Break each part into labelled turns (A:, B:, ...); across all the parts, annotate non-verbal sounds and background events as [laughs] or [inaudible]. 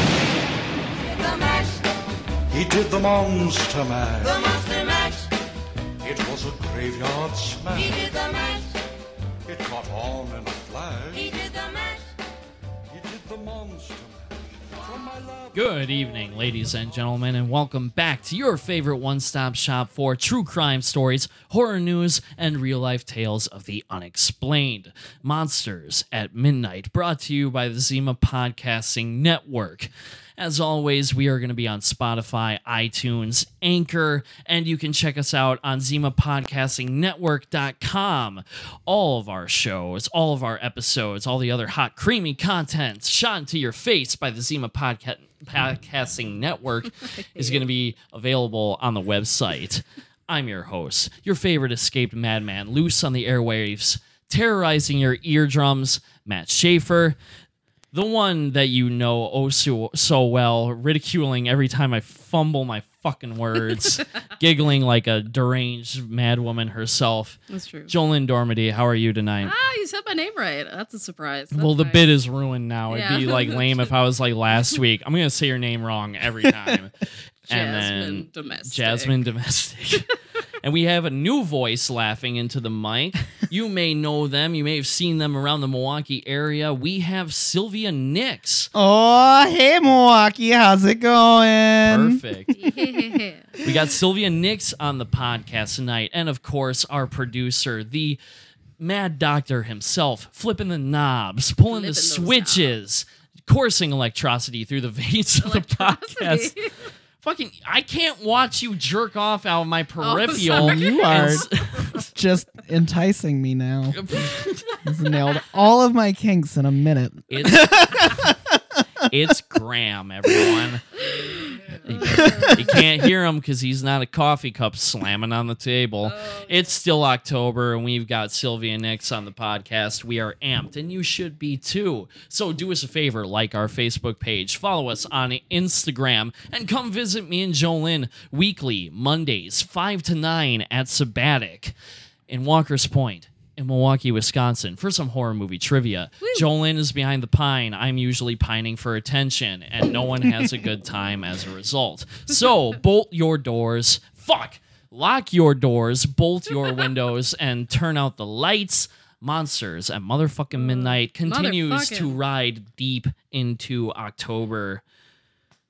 A: The mash,
B: He did the monster mash.
A: the monster mash.
B: It was a graveyard
A: He
B: smash.
A: did the mash.
B: It caught on in a flash.
A: He did the mash.
B: He did the monster mash. From my love.
C: Good evening, ladies and gentlemen, and welcome back to your favorite one stop shop for true crime stories, horror news, and real life tales of the unexplained. Monsters at Midnight, brought to you by the Zima Podcasting Network. As always, we are going to be on Spotify, iTunes, Anchor, and you can check us out on ZimaPodcastingNetwork.com. All of our shows, all of our episodes, all the other hot, creamy content shot into your face by the Zima Podca- Podcasting Network is going to be available on the website. I'm your host, your favorite escaped madman, loose on the airwaves, terrorizing your eardrums, Matt Schaefer the one that you know oh so, so well, ridiculing every time I fumble my fucking
D: [laughs]
C: words, giggling like a deranged madwoman herself.
D: That's true.
C: Jolene Dormady, how are you tonight?
D: ah, you said my name right. That's a surprise. That's
C: well, the
D: nice.
C: bit is ruined now. It'd be
D: Yeah.
C: like lame if I was like last week. I'm gonna say your name wrong
D: [laughs]
C: every time.
D: Jasmine domestic. [laughs]
C: Jasmine Domestic. [laughs] and we have a new voice laughing into the
D: [laughs]
C: mic. You may know them. You may have seen them around the Milwaukee area. We have Sylvia Nix.
E: Oh, hey, Milwaukee. How's it going?
C: Perfect. we got Sylvia Nix on the podcast tonight, and of course, our producer, the Mad Doctor himself, flipping the knobs, pulling the
D: Flipping those
C: switches, coursing electricity through the veins of the podcast. Fucking, I can't watch you jerk off out of my peripheral.
D: Oh, sorry.
E: You are
C: And s-
E: just enticing
C: [laughs]
E: me now. He's nailed all of my kinks in a minute.
C: It's, it's Graham, everyone. you can't hear him because he's not a coffee cup slamming on the table. It's still October, and we've got Sylvia Nix on the podcast. We are amped, and you should be too. So do us a favor like our Facebook page, follow us on Instagram, and come visit me and Jolyn weekly, Mondays, 5 to 9 at Sabbatic in Walker's Point in Milwaukee, Wisconsin, for some horror movie trivia. Jolene is behind the pine. I'm usually pining for attention, and no one has a good time as a result.
D: [laughs]
C: So bolt your doors. Fuck. Lock your doors, bolt
D: [laughs]
C: your windows, and turn out the lights. Monsters at motherfucking midnight continues to
D: Motherfucking.
C: ride deep into October.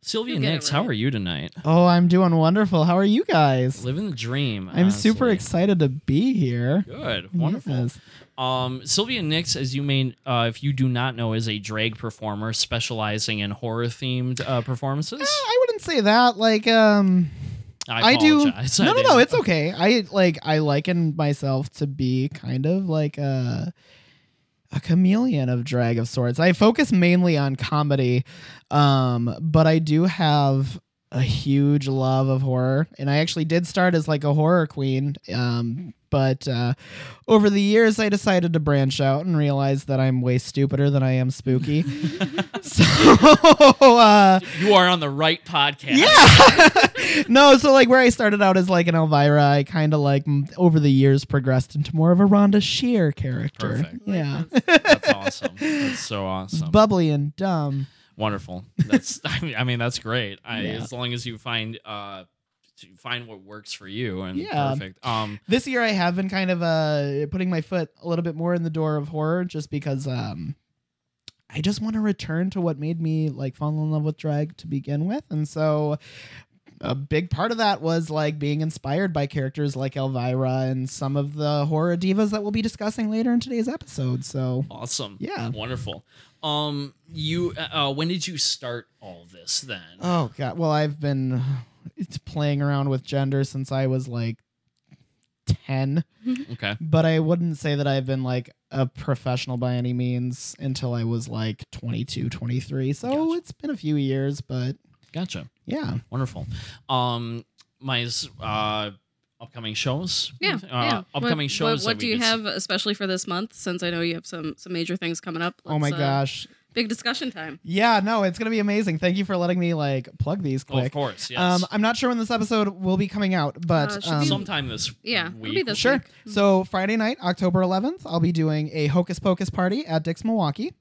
C: Sylvia
D: You'll get it
C: Nix, how
D: right.
C: are you tonight?
E: Oh, I'm doing wonderful. How are you guys?
C: Living the dream.
E: I'm super
C: honestly.
E: excited to be here.
C: Good, wonderful.
E: Yes.
C: Um, Sylvia Nix, as you may, uh, if you do not know, is a drag performer specializing in horror themed uh, performances.
E: I wouldn't say that. Like, um,
C: I,
E: I, do.
C: apologize. [laughs] I
E: No, no,
C: did-
E: no. It's okay. I like. I liken myself to be kind of like a a chameleon of drag of sorts. I focus mainly on comedy, um, but I do have a huge love of horror, and I actually did start as like a horror queen. Um, but uh, over the years, I decided to branch out and realize that I'm way stupider than I
C: [laughs]
E: am spooky. [laughs] so. Uh,
C: you are on the right podcast.
E: [laughs] no, so like where I started out as like an Elvira, I kind of like m- over the years progressed into more of a Rhonda Shear character.
C: Perfect.
E: Yeah, [laughs]
C: that's awesome. That's so awesome.
E: bubbly and dumb.
C: Wonderful. That's. [laughs] I mean, I mean, that's great. I,
E: Yeah.
C: As long as you find, uh, to find what works for you and
E: Yeah.
C: perfect. Um,
E: This year I have been kind of uh putting my foot a little bit more in the door of horror, just because um I just want to return to what made me like fall in love with drag to begin with, and so. A big part of that was like being inspired by characters like Elvira and some of the horror divas that we'll be discussing later in today's episode. So
C: awesome.
E: Yeah.
C: Wonderful. Um, you. Uh, when did you start all this? Then.
E: Oh god. Well, I've been it's playing around with gender since I was like 10,
C: okay.
E: but I wouldn't say that I've been like a professional by any means until I was like 22, 23. So
C: Gotcha.
E: it's been a few years, but
C: Gotcha.
E: yeah.
C: Wonderful. Um, my uh, upcoming shows. [laughs]
D: Yeah,
C: Uh,
D: yeah. What-
C: Upcoming
D: what-
C: shows.
D: What,
C: that
D: do
C: we
D: you
C: could s-
D: have, especially for this month? Since I know you have some some major things coming up.
E: oh my
D: Let's, uh,
E: gosh.
D: Big discussion time.
E: Yeah, no, it's gonna be amazing. Thank you for letting me like plug these
C: Oh,
E: quick.
C: of course, yes.
E: Um, I'm not sure when this episode will be coming out,
D: Uh, it
E: but
D: should
E: um,
D: be
C: Sometime this
D: Yeah, it'll
C: week.
D: be this
E: Sure.
D: week.
E: So Friday night, October 11th, I'll be doing a Hocus Pocus party at Dick's Milwaukee.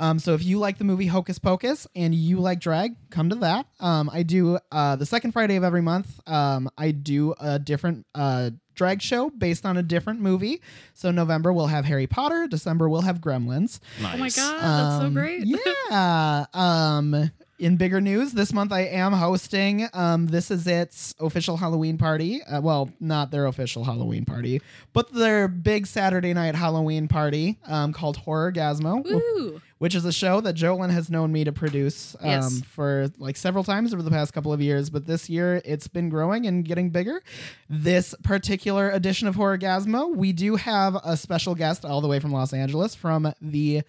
E: Um, so if you like the movie Hocus Pocus and you like drag, come to that. Um, I do uh, the second Friday of every month. Um, I do a different uh, drag show based on a different movie. So November we'll have Harry Potter. December we'll have Gremlins.
D: Oh my
C: Nice.
D: god, that's so
E: Um,
D: great. [laughs]
E: Yeah. um, in bigger news, this month I am hosting. Um, this is its official Halloween party. Uh, well, not their official Halloween party, but their big Saturday night Halloween party um, called Horror Gasmo,
D: Woo!
E: which is a show that Jolyn has known me to produce um,
D: Yes.
E: for like several times over the past couple of years. But this year it's been growing and getting bigger. This particular edition of Horrorgasmo, we do have a special guest all the way from Los Angeles from the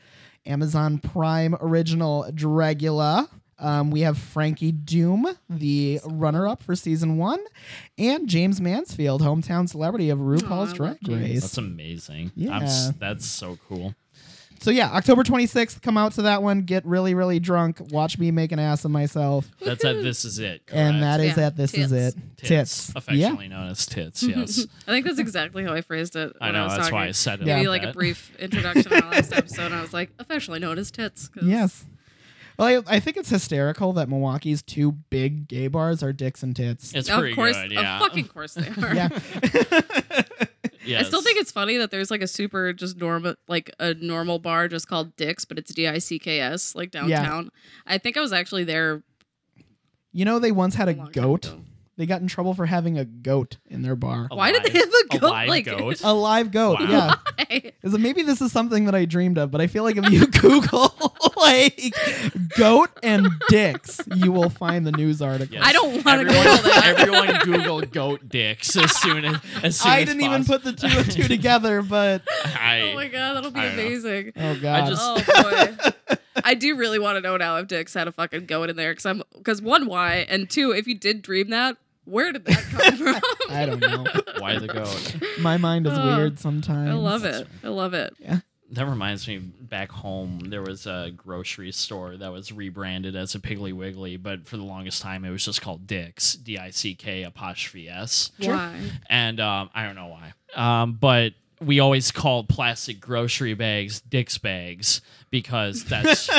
E: Amazon Prime original Dragula. Um, we have Frankie Doom, the runner up for season one, and James Mansfield, hometown celebrity of RuPaul's
D: Aw, I love
E: Drag
D: James.
E: Race.
C: That's amazing.
E: Yeah.
C: I'm s- that's so cool.
E: So yeah, October 26th, come out to that one, get really, really drunk, watch me make an ass of myself.
C: That's at this is it.
E: And that
C: correct?
E: is
D: Yeah,
E: at this is it.
D: tits.
E: Tits. Yeah.
C: affectionately known as
D: [laughs]
C: tits. Yes,
D: [laughs] I think that's exactly how I phrased it.
C: I
D: when
C: know.
D: was
C: That's why I
D: talking.
C: said it.
E: Yeah.
D: Maybe
C: like
D: like a
C: that.
D: brief introduction on
C: [laughs]
D: our last episode, and I was like, officially known as tits. 'cause-
E: Yes. Well, I, I think it's hysterical that Milwaukee's two big gay bars are dicks and tits.
C: It's
D: of
C: pretty
D: course,
C: good. Yeah,
D: of fucking course they are.
E: [laughs] yeah.
C: [laughs] Yes.
D: I still think it's funny that there's like a super just normal like a normal bar just called Dick's, but it's D I C K S like downtown. I think I was actually there
E: You know, they once had a
D: a long time [laughs]
E: goat.
D: ago.
E: They got in trouble for having a goat in their bar.
D: Why did they have a goat?
C: live
D: like [laughs]
C: goat?
E: A live goat.
C: Wow.
E: Yeah.
D: I-
E: Is it- maybe this is something that I dreamed of, but I feel like if you [laughs] Google like goat and dicks, you will find the news article.
C: Yes.
D: I don't want to go
C: Everyone,
D: to that.
C: everyone Google goat dicks as soon as, as soon
E: I
C: as
E: didn't even
C: possible.
E: put the two
D: [laughs]
E: and two
C: [laughs]
E: together, but
C: I,
D: Oh my god, that'll be
C: I don't know.
D: amazing.
E: oh god,
C: just-
D: Oh boy.
C: [laughs]
D: I do really want to know now if Dick's had a fucking goat in there because I'm because one why and two if you did dream that where did that
C: [laughs]
D: come from?
E: I don't know.
C: why the goat?
E: My mind is
D: Oh,
E: weird sometimes.
D: I love it. I love it.
C: That reminds me, back home there was a grocery store that was rebranded as a Piggly Wiggly, but for the longest time it was just called Dick's, D I C K apostrophe S.
D: Why?
C: [laughs] and um, I don't know why. Um, but we always called plastic grocery bags Dick's bags because
E: [laughs]
C: that's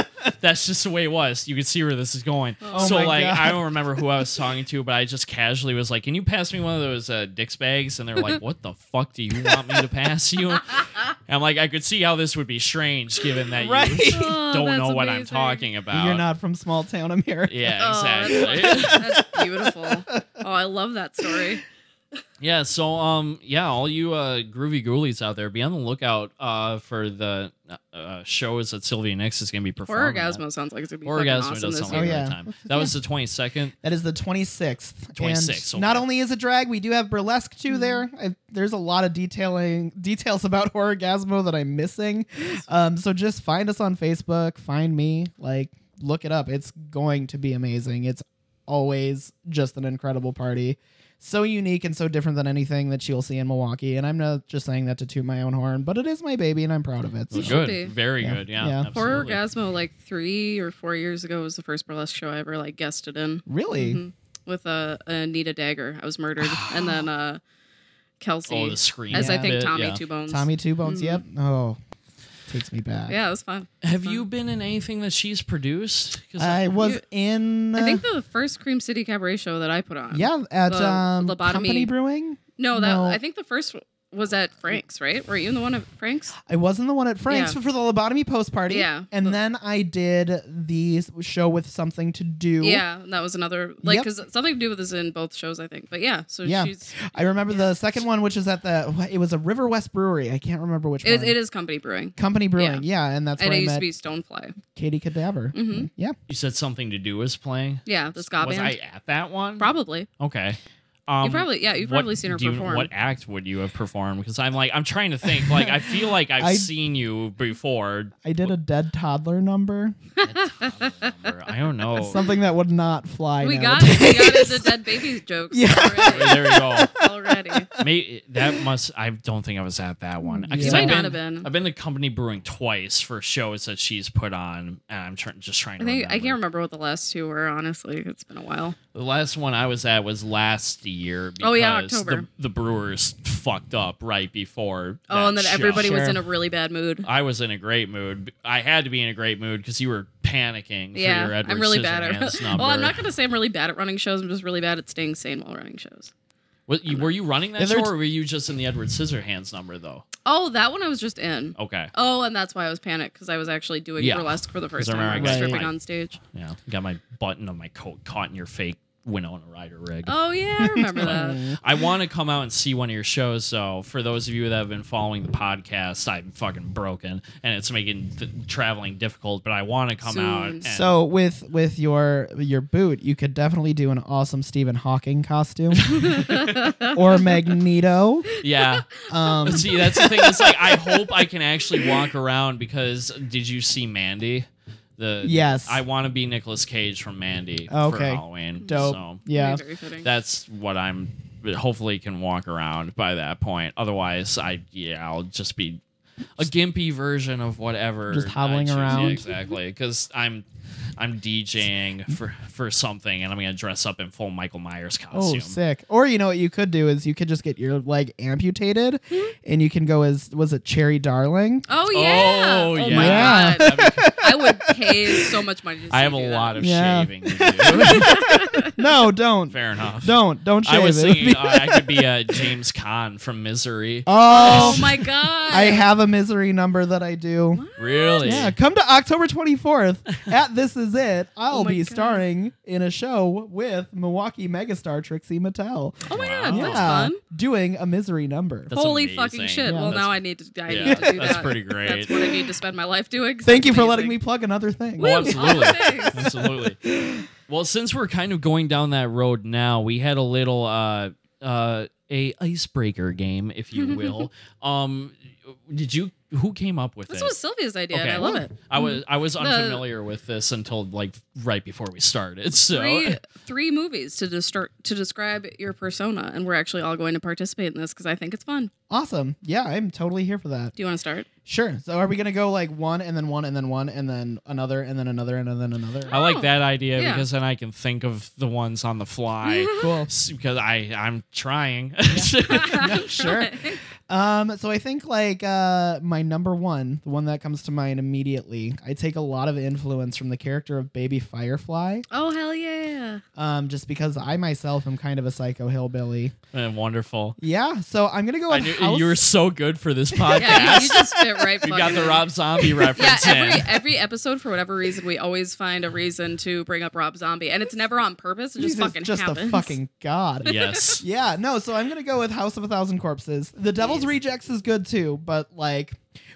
C: that's just the way it was. You can see where this is going.
D: Oh
C: so
E: my
C: like
E: God.
C: I don't remember who
D: [laughs]
C: I was talking to, but I just casually was like, "Can you pass me one of those uh, Dick's bags?" And they're like, "What the fuck do you want me to pass you?"
D: [laughs]
C: I'm like, I could see how this would be strange given that
E: Right.
C: you
D: Oh,
C: don't know
D: that's
C: what I'm
D: amazing.
C: talking about.
E: You're not from small town America.
C: Yeah,
D: Oh, that's
C: exactly. [laughs]
D: fucking- That's, beautiful. Oh, I love that story.
C: Yeah, so um yeah, all you uh groovy ghoulies out there, be on the lookout uh for the uh, uh, shows that Sylvia Nix is going to be performing. at.
D: Horrorgasmo sounds like it's gonna be fucking
C: Orgasmo
D: awesome
C: does
D: this
C: sound
D: year.
C: like
E: year.
C: a
E: Oh,
C: good
E: yeah.
C: time. That was the 22nd.
E: That is the 26th.
C: 26th,
E: And not
C: okay.
E: only is it drag, we do have burlesque too
D: Mm-hmm.
E: there. I, there's a lot of detailing details about [laughs] Horrorgasmo that I'm missing. Um, so just find us on Facebook, find me, like look it up. It's going to be amazing. It's always just an incredible party. So unique and so different than anything that you'll see in Milwaukee. And I'm not just saying that to toot my own horn, but it is my baby and I'm proud of it. so.
D: should be.
C: Good. Very
E: Yeah.
C: good. Yeah.
E: Oh, Yeah.
C: absolutely.
D: Horrorgasmo like three or four years ago was the first burlesque show I ever like guested in
E: Really?
D: Mhm. with uh, Anita Dagger. I
C: [gasps]
D: was murdered, and then uh, Kelsey
C: Oh, the screen.
D: as I
E: Yeah.
D: think
C: bit,
D: Tommy
C: yeah.
D: Two Bones.
E: Tommy Two Bones. Yep. Oh, takes me back.
D: Mm-hmm. Yeah, it was fun.
C: Have you been in anything that she's produced? 'Cause
E: I was
D: You-
E: in.
D: I think the first Cream City Cabaret show that I put on.
E: Uh. yeah, at
D: the
E: um,
D: lobotomy-
E: Company Brewing.
D: No, that
E: No.
D: I think the first was at Frank's, right? Were you in the one at Frank's?
E: I wasn't the one at Frank's
D: Yeah.
E: for the lobotomy post party.
D: Yeah.
E: and then I did the s- show with something to do.
D: Yeah, and that was another like
E: Yep.
D: because something to do with this in both shows, I think. But yeah, so
E: Yeah.
D: she's
E: I remember the second one, which is at the. It was a River West Brewery. I can't remember which
D: it,
E: one.
D: it is company brewing,
E: Company Brewing. Yeah, and that's
D: and
E: where
D: it
E: I
D: used to
E: met
D: be Stonefly.
E: Katie Cadaver.
D: Mhm.
E: Yeah,
C: you said something to do is playing.
D: Yeah, the ska
C: was
D: band.
C: I at that one?
D: Probably.
C: Okay. Um,
D: You've probably- yeah, you've probably seen her
C: do you-
D: perform.
C: What act would you have performed? Because I'm like, I'm trying to think. Like, I feel
E: [laughs]
C: like I've
E: I-
C: seen you before.
E: I did a dead toddler number,
C: Or I don't know.
E: [laughs] something that would not fly.
D: we got
E: nowadays.
D: it.
E: [laughs]
D: We got into [laughs] dead baby jokes
E: Yeah.
D: already.
C: there you go. [laughs]
D: already.
C: May that must. I don't think I was at that one. 'Cause
E: You
C: I've
E: might
D: not have been.
C: I've been to Company Brewing twice for shows that she's put on, and I'm tr- just trying to.
D: I think I can't
C: remember.
D: remember what the last two were. Honestly, it's been a while.
C: The last one I was at was last year. Because
D: Oh, yeah,
C: The,
D: October.
C: the Brewers fucked up right before.
D: Oh, and
C: that
D: then
C: show.
D: everybody was
E: Sure.
D: in a really bad mood.
C: I was in a great mood. I had to be in a great mood because you were panicking. for
D: yeah,
C: your Edward
D: I'm really bad at.
C: Scissorhands number.
D: [laughs] well, I'm not gonna say I'm really bad at running shows. I'm just really bad at staying sane while running shows.
C: What- you- were you running that
E: Is there
C: show,
E: t-
C: or were you just in the Edward Scissorhands number though?
D: Oh, that one I was just in.
C: Okay,
D: Oh, and that's why I was panicked because I was actually doing
C: Yeah.
D: burlesque for the first
C: I
D: time.
C: remember
D: like,
E: I got
D: stripping
C: my-
D: on stage.
C: yeah, got my button of my coat caught in your fake Winona Ryder rig.
D: Oh yeah, I remember that.
C: I want to come out and see one of your shows. So, for those of you that have been following the podcast, I'm fucking broken, and it's making th- traveling difficult. But I want to come
D: Soon.
C: out. And
E: So with with your your boot, you could definitely do an awesome Stephen
D: [laughs]
E: Hawking costume or Magneto.
C: yeah,
E: [laughs] Um,
C: see, that's the thing. It's like I hope I can actually walk around because did you see Mandy? The
E: Yes.
C: I want to be Nicolas Cage from Mandy for
E: Okay.
C: Halloween. [laughs]
E: dope.
C: So
E: [laughs] yeah.
D: Very, very fitting.
C: that's what I'm. Hopefully, can walk around by that point. Otherwise, I yeah, I'll just be a gimpy version of whatever.
E: Just hobbling
C: I choose. Yeah,
E: around.
C: exactly. Because I'm I'm DJing for for something, and I'm gonna dress up in full Michael Myers
E: Oh,
C: costume.
E: sick! Or you know what you could do is you could just get your leg amputated, and you can go as was it Cherry Darling?
D: Oh yeah.
C: Oh,
D: Oh,
C: yeah.
D: my
E: Yeah.
D: god. I would pay so much money to [laughs] see
C: I have a
D: you do
C: lot of
E: Yeah.
C: shaving
E: [laughs]
C: to do.
E: No, don't,
C: Fair enough.
E: don't, don't shave
C: I was
E: it.
C: thinking uh, I could be a James Caan from Misery.
E: [laughs] oh,
D: Oh [laughs] my god.
E: I have a misery number that I do.
C: Really?
E: Yeah, come to October 24th at This Is It. I'll
D: Oh my
E: be
D: God.
E: starring in a show with Milwaukee megastar Trixie Mattel.
D: Oh my
C: Wow.
D: god,
E: yeah,
D: that's fun.
E: doing a misery number.
C: That's
D: Holy
C: amazing.
D: fucking shit.
E: Yeah.
D: well,
C: That's-
D: now I need to, I
C: yeah,
D: need to do
C: that's
D: that.
C: pretty great.
D: That's what I need to spend my life doing.
E: [laughs] Thank you for
D: Amazing.
E: letting me plug another thing.
C: Well,
D: Woo!
C: absolutely.
D: Oh, thanks.
C: absolutely. Well, since we're kind of going down that road now, we had a little uh uh a icebreaker game, if you
D: [laughs]
C: will. um did you who came up with
D: This
C: it?
D: was Sylvia's idea, and I love it.
C: I was I was unfamiliar with this until like right before we started. So
D: Three, three movies to distort, to describe your persona, and we're actually all going to participate in this because I think it's fun.
E: Awesome. Yeah, I'm totally here for that.
D: Do you want to start?
E: Sure. So are we going to go like one and then one and then one and then another and then another and then another?
C: [laughs] [laughs] I like that idea
D: Oh, yeah.
C: because then I can think of the ones on the
D: [laughs]
C: fly.
E: Cool.
C: S- because I I'm trying. [laughs] Oh,
E: [laughs] sure. Um, so I think like uh, my number one, the one that comes to mind immediately, I take a lot of influence from the character of Baby Firefly.
D: Oh hell yeah!
E: um, just because I myself am kind of a psycho hillbilly.
C: Uh, wonderful.
D: [laughs]
E: Yeah, so I'm gonna go
C: I
E: with
C: knew,
E: house.
C: you [laughs] were so good for this podcast.
D: Yeah, you, you just fit right.
C: You got
D: fucking
C: the
D: in.
C: Rob Zombie
D: [laughs] Yeah,
C: reference
D: every
C: in.
D: every episode for whatever reason we always find a reason to bring up Rob Zombie, and it's never on purpose. It just
E: Jesus,
D: fucking
E: just
D: happens.
E: a fucking
C: [laughs]
E: god.
C: Yes.
E: Yeah, no, so I'm gonna go with House of a Thousand Corpses. The Devil's Rejects is good too, but like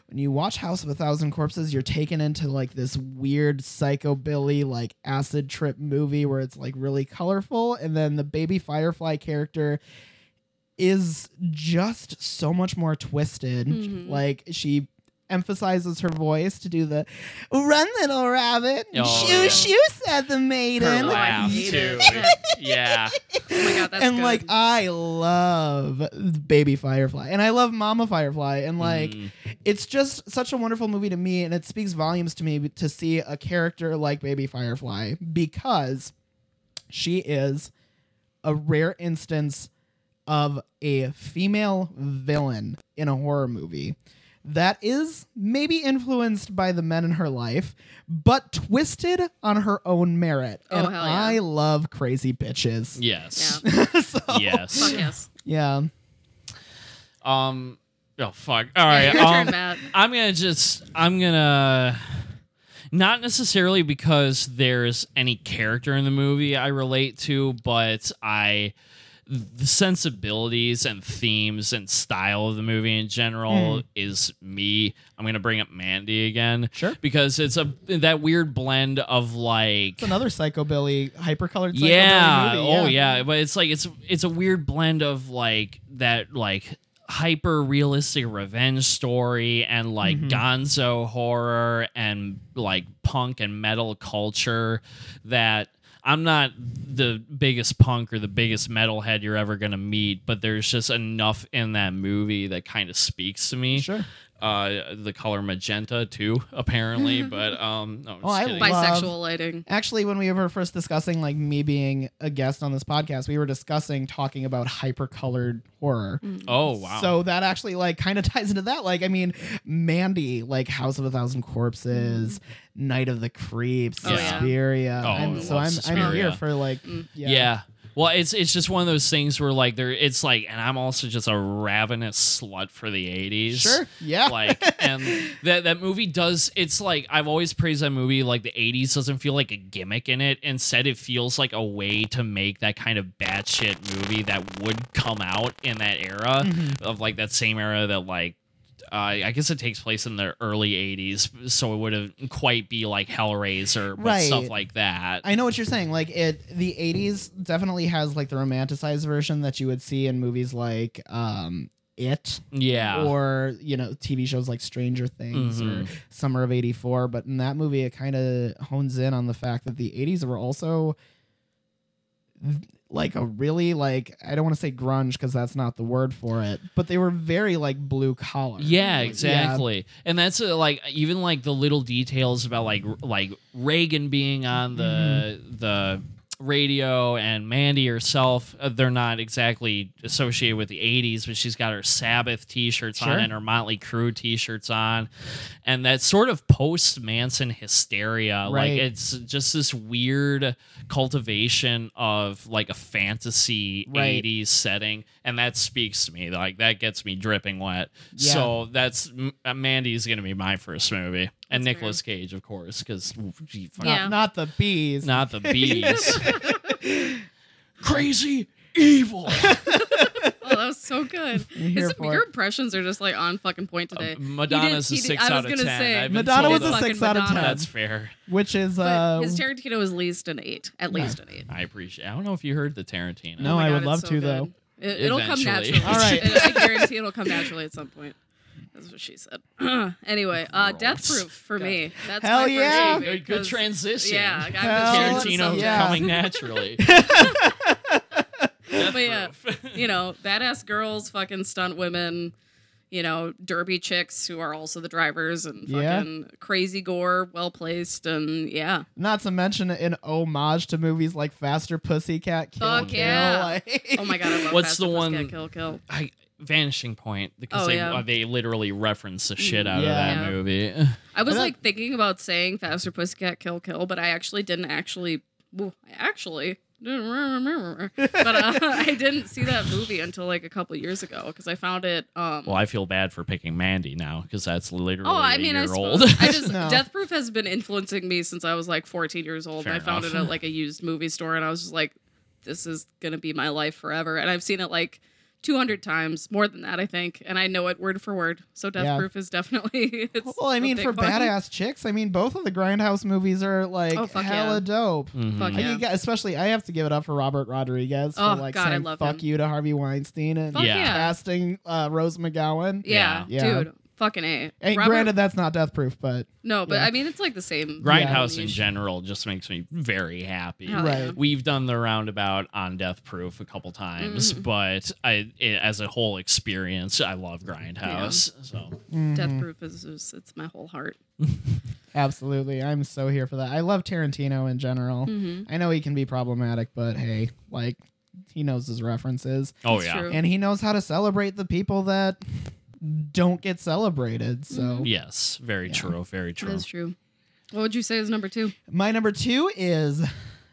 E: when you watch House of a Thousand Corpses, you're taken into like this weird psychobilly, like acid trip movie where it's like really colorful, and then the baby firefly character is just so much more twisted.
D: Mhm.
E: Like she emphasizes her voice to do the run little rabbit.
C: Oh,
E: shoo
C: yeah.
E: shoo said the
C: Her
E: maiden.
D: laugh.
C: laugh
D: I hate
C: too.
D: it.
C: yeah.
D: Oh my god, that's
E: and
D: good.
E: like I love Baby Firefly and I love Mama Firefly and like
C: Mm.
E: it's just such a wonderful movie to me and it speaks volumes to me to see a character like Baby Firefly because she is a rare instance of a female villain in a horror movie that is maybe influenced by the men in her life but twisted on her own merit
D: Oh,
E: and
D: hell yeah.
E: I love crazy bitches.
C: yes.
D: yeah, [laughs]
E: [laughs] so,
D: fuck
C: Yes.
D: yes.
E: yeah.
C: Um. Oh fuck. All right.
D: Your [laughs] turn,
C: um,
D: Matt.
C: I'm gonna just. I'm gonna. Not necessarily because there's any character in the movie I relate to, but I the sensibilities and themes and style of the movie in general
E: Hmm.
C: is me. I'm gonna bring up Mandy again,
E: Sure.
C: because it's a that weird blend of like
E: It's another psychobilly, hypercolored. Psychobilly
C: yeah.
E: movie,
C: Oh yeah, but it's like it's it's a weird blend of like that like hyper realistic revenge story and like
E: Mm-hmm.
C: gonzo horror and like punk and metal culture that I'm not the biggest punk or the biggest metalhead you're ever going to meet, but there's just enough in that movie that kind of speaks to me.
E: Sure.
C: Uh, the color magenta too,
E: [laughs]
C: apparently, but um, no, I'm
E: Oh,
C: just
E: I
C: kidding.
E: like-
D: Bisexual
E: [laughs] Love.
D: lighting.
E: Actually, when we were first discussing like me being a guest on this podcast, we were discussing talking about hypercolored horror.
D: Mm.
C: oh wow.
E: So that actually like [laughs] kind of ties into that. Like, I mean, Mandy, like House of a Thousand Corpses, Night of the Creeps,
D: Mm-hmm. Oh, yeah. Mm.
E: Suspiria.
C: Oh, I
E: I'm, so
C: love
E: I'm I'm
C: Suspiria.
E: here for like yeah.
C: Yeah. Well, it's it's just one of those things where like there it's like and I'm also just a ravenous slut for the 80s.
E: Sure. [laughs] Yeah.
C: Like and that that movie does it's like I've always praised that movie like the 80s doesn't feel like a gimmick in it. Instead it feels like a way to make that kind of batshit movie that would come out in that era
E: Mm. Mm-hmm.
C: of like that same era that like uh, I guess it takes place in the early '80s, so it wouldn't quite be like Hellraiser, but stuff
E: Right.
C: like that.
E: I know what you're saying. Like it, the '80s definitely has like the romanticized version that you would see in movies like um, It,
C: yeah,
E: or you know TV shows like Stranger Things or
C: Mhm.
E: Summer of '84. But in that movie, it kind of hones in on the fact that the '80s were also like a really like I don't want to say grunge because that's not the word for it, but they were very like blue collar.
C: Yeah, exactly. And that's uh, like even like the little details about like r- like Reagan being on the
E: Mm-hmm.
C: the radio and Mandy herself. Uh, they're not exactly associated with the '80s, but she's got her Sabbath T-shirts
E: Sure.
C: on and her Motley Crue T-shirts on, and that sort of post Manson hysteria.
E: Right.
C: Like it's just this weird cultivation of like a fantasy
E: Right.
C: 80s setting and that speaks to me like that gets me dripping wet
E: Yeah.
C: so that's M- uh, mandy's gonna be my first movie and
D: That's
C: Nicolas cage of course because
E: Not,
D: Yeah.
E: not the bees.
C: not the
D: [laughs]
C: bees crazy evil
D: Oh, that was so
E: [laughs]
D: good.
E: I'm here
D: His-
E: for it.
D: your impressions are just like on fucking point today.
C: Uh, madonna's a
D: He did- he did-
C: six
D: I
C: out
D: was
C: of ten
D: gonna say,
C: I've been
E: Madonna
C: told
E: was a
C: that.
D: Fucking
E: six out of ten,
D: Madonna.
C: [laughs] that's fair
E: which is
D: But
E: uh,
D: his Tarantino was at least an eight, at least an eight.
C: i appreciate i don't know if you heard the tarantino
E: No.
D: Oh my
E: I
D: God,
E: would
D: it's
E: love
D: so
E: to,
D: good.
E: though.
D: It, it'll come
C: Eventually.
D: naturally.
E: All right.
D: [laughs] I guarantee it'll come naturally at some point. That's what she said. [clears throat] anyway, uh, Death
C: Gross.
D: Proof for me. That's
E: Hell
D: my
E: yeah.
D: first movie
C: good, good
D: 'cause-
C: transition
D: Yeah, I
E: Hell
D: got this
C: tarantino
E: yeah.
C: coming
D: [laughs]
C: naturally Death
D: But oh, yeah,
C: proof. [laughs]
D: [laughs] you know, badass girls, fucking stunt women, you know, derby chicks who are also the drivers, and
E: Yeah.
D: fucking crazy gore, well placed, and yeah,
E: Not to mention an homage to movies like Faster Pussycat Kill.
D: Fuck
E: Kill,
D: yeah.
E: [laughs] like-
D: oh my god, I love
C: What's
D: Fast
C: the
D: and Furious,
C: one-
D: Get Kill Kill.
C: I vanishing point because
D: Oh,
C: they
D: yeah. Mm,
C: uh, they literally reference the shit out
E: Yeah.
C: of that
D: Yeah.
C: movie. [laughs]
D: I was
E: And that-
D: like thinking about saying faster pussycat kill kill, but I actually didn't actually. Well, I actually didn't remember, but uh, [laughs] I didn't see that movie until like a couple years ago because I found it. Um,
C: Well, I feel bad for picking Mandy now because that's literally
D: oh, I
C: a
D: mean,
C: year
D: I
C: old.
D: suppose I
C: [laughs]
D: just
E: [laughs] No.
D: Death Proof has been influencing me since I was like 14 years old.
C: Fair
D: I found
C: enough.
D: it at like a used movie store, and I was just like, "This is gonna be my life forever." And I've seen it like 200 times, more than that, I think, and I know it word for word. So Death
E: Yeah.
D: Proof is definitely. [laughs] It's
E: Well, I
D: a
E: mean,
D: big
E: for
D: one.
E: badass chicks, I mean, both of the Grindhouse movies are like
D: Oh, fuck
E: hella
D: yeah.
E: dope.
C: Mhm.
D: Fuck
E: I
D: yeah.
E: could get- especially, I have to give it up for Robert Rodriguez for
D: Oh,
E: like
D: God, I
E: saying
D: love
E: "fuck
D: him.
E: you" to Harvey Weinstein and
D: Fuck
C: Yeah.
D: yeah.
E: casting uh, Rose McGowan.
D: Yeah,
E: Yeah.
D: dude. Fucking A.
E: And
D: Robert-
E: granted, that's not death proof, but
D: no, but
E: yeah.
D: I mean, it's like the same.
C: Grindhouse
D: Yeah.
C: in general just makes me very happy.
D: Hell
E: Right.
D: yeah.
C: We've done the roundabout on Death Proof a couple times,
D: Mm.
C: but I, it, as a whole experience, I love Grindhouse. So
E: mm, Mm-hmm.
D: Death Proof is, is it's my whole heart.
E: absolutely, I'm so here for that. I love Tarantino in general.
D: Mm.
E: I know he can be problematic, but hey, like he knows his references.
C: oh
D: It's
C: yeah,
D: true.
E: and he knows how to celebrate the people that don't get celebrated. So
D: Mm-hmm.
C: yes, very true, very
D: That
C: true.
D: is true. What would you say is number two?
E: my number two is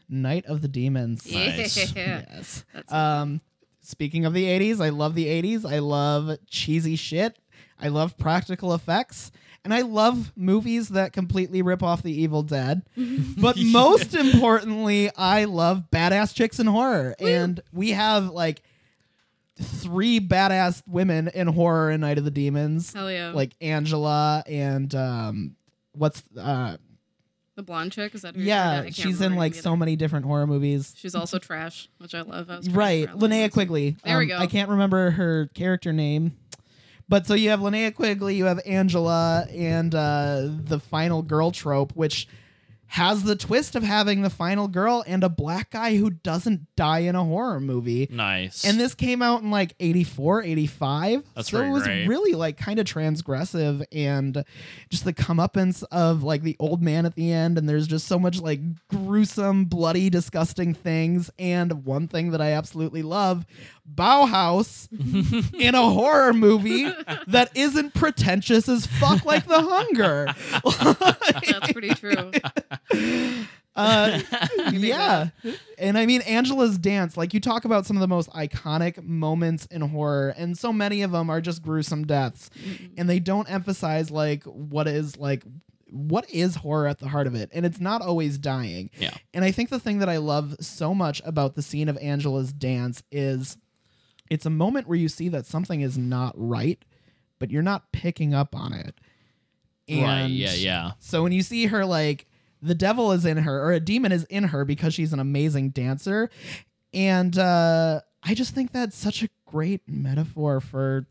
E: Night of the Demons.
C: Nice.
D: [laughs] Yeah.
E: Yes.
D: That's-
E: Um, speaking of the '80s, I love the '80s. I love cheesy shit. I love practical effects, And I love movies that completely rip off The
D: [laughs]
E: Evil Dead. but most importantly, I love badass chicks in horror. And we have like three badass women in horror in Night of the Demons.
D: Hell yeah.
E: Like Angela and um what's uh
D: the blonde chick is that? Who you're talking about? I
E: yeah,
D: can't
E: she's
D: remember
E: in
D: her
E: like
D: name
E: so
D: either.
E: many different horror movies.
D: She's also trash, which I love. I was trying to
E: Right,
D: remember
E: Linnea Quigley. Um,
D: There we go.
E: I can't remember her character name. But so you have Linnea Quigley, you have Angela, and uh, the final girl trope, which has the twist of having the final girl and a black guy who doesn't die in a horror movie.
C: Nice.
E: And this came out in like 84, 85.
C: That's
E: so it
C: pretty
E: was
C: great.
E: really like kind of transgressive and just the comeuppance of like the old man at the end. And there's just so much like gruesome, bloody, disgusting things. And one thing that I absolutely love
C: [laughs]
E: Bauhaus in a horror movie that isn't pretentious as fuck like The Hunger.
C: [laughs]
D: That's
E: [laughs]
D: pretty true.
E: Uh, yeah. And I mean, Angela's dance, like you talk about some of the most iconic moments in horror, and so many of them are just gruesome deaths. And they don't emphasize, like, what is, like, what is horror at the heart of it? And it's not always dying.
C: Yeah.
E: And I think the thing that I love so much about the scene of Angela's dance is it's a moment where you see that something is not right, but you're not picking up on it.
C: right.
E: And-
C: Yeah. Yeah.
E: so when you see her like the devil is in her or a demon is in her because she's an amazing dancer and uh I just think that's such a great metaphor for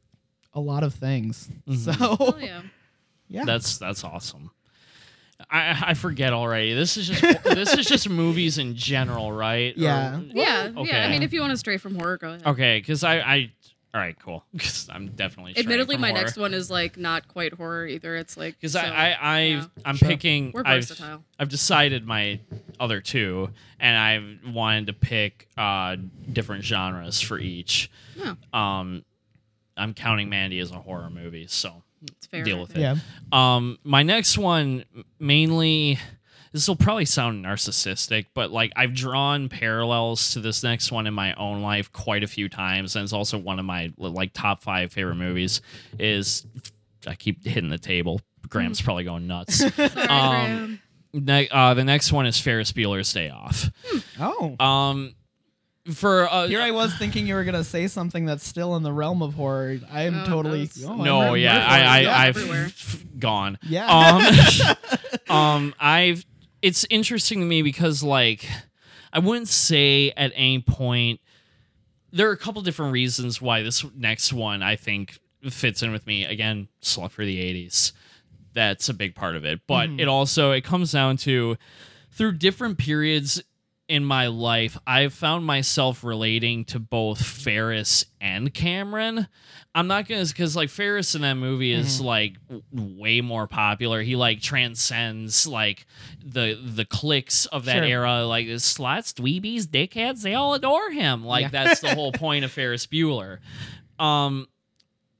E: a lot of things. So
D: Hell yeah.
E: yeah.
C: Mm-hmm. That's that's awesome. I, I forget already. This is just this is just movies in general, right? Or-
E: Yeah.
D: Yeah, yeah. I
C: Okay.
D: mean, if you want to stray from horror, go ahead.
C: okay, because I, I all right, cool. [laughs] 'Cause I'm definitely straying
D: Admittedly,
C: from
D: my
C: horror.
D: next one is like not quite horror either. It's like
C: because
D: so-
C: I, I I've,
D: yeah.
C: I'm
E: Sure.
C: picking.
D: We're
C: I've,
D: versatile.
C: I've decided my other two, and I've wanted to pick uh, different genres for each.
D: No,
C: Um, I'm counting Mandy as a horror movie, so
D: it's fair.
C: deal
D: I
C: with
D: think.
E: yeah.
C: um, my next one mainly. This will probably sound narcissistic, but like I've drawn parallels to this next one in my own life quite a few times, and it's also one of my like top five favorite movies. Is I keep hitting the table. Graham's probably going nuts.
D: Sorry,
C: Um,
D: Graham.
C: Ne- uh, the next one is Ferris Bueller's Day Off.
E: Oh.
C: Um, for uh,
E: Here I was thinking you were gonna say something that's still in the realm of horror. I am
D: Oh,
E: totally
D: that was-
E: oh, I'm
C: no,
E: right-
C: yeah,
E: right-
C: I,
E: yeah.
C: I, I've
D: everywhere.
C: f- gone.
E: Yeah. [laughs]
C: Um, um, I've. It's interesting to me because, like, I wouldn't say at any point. There are a couple different reasons why this next one I think fits in with me. Again, slut for the '80s. That's a big part of it, but
E: Mm-hmm.
C: it also it comes down to through different periods in my life, I've found myself relating to both Ferris and Cameron. I'm not gonna because like Ferris in that movie
E: Mm-hmm.
C: is like w- way more popular. He like transcends like the the cliques of that
E: Sure.
C: era, like the sluts, dweebies, dickheads. They all adore him. Like
E: Yeah.
C: that's
E: [laughs]
C: the whole point of Ferris Bueller. Um,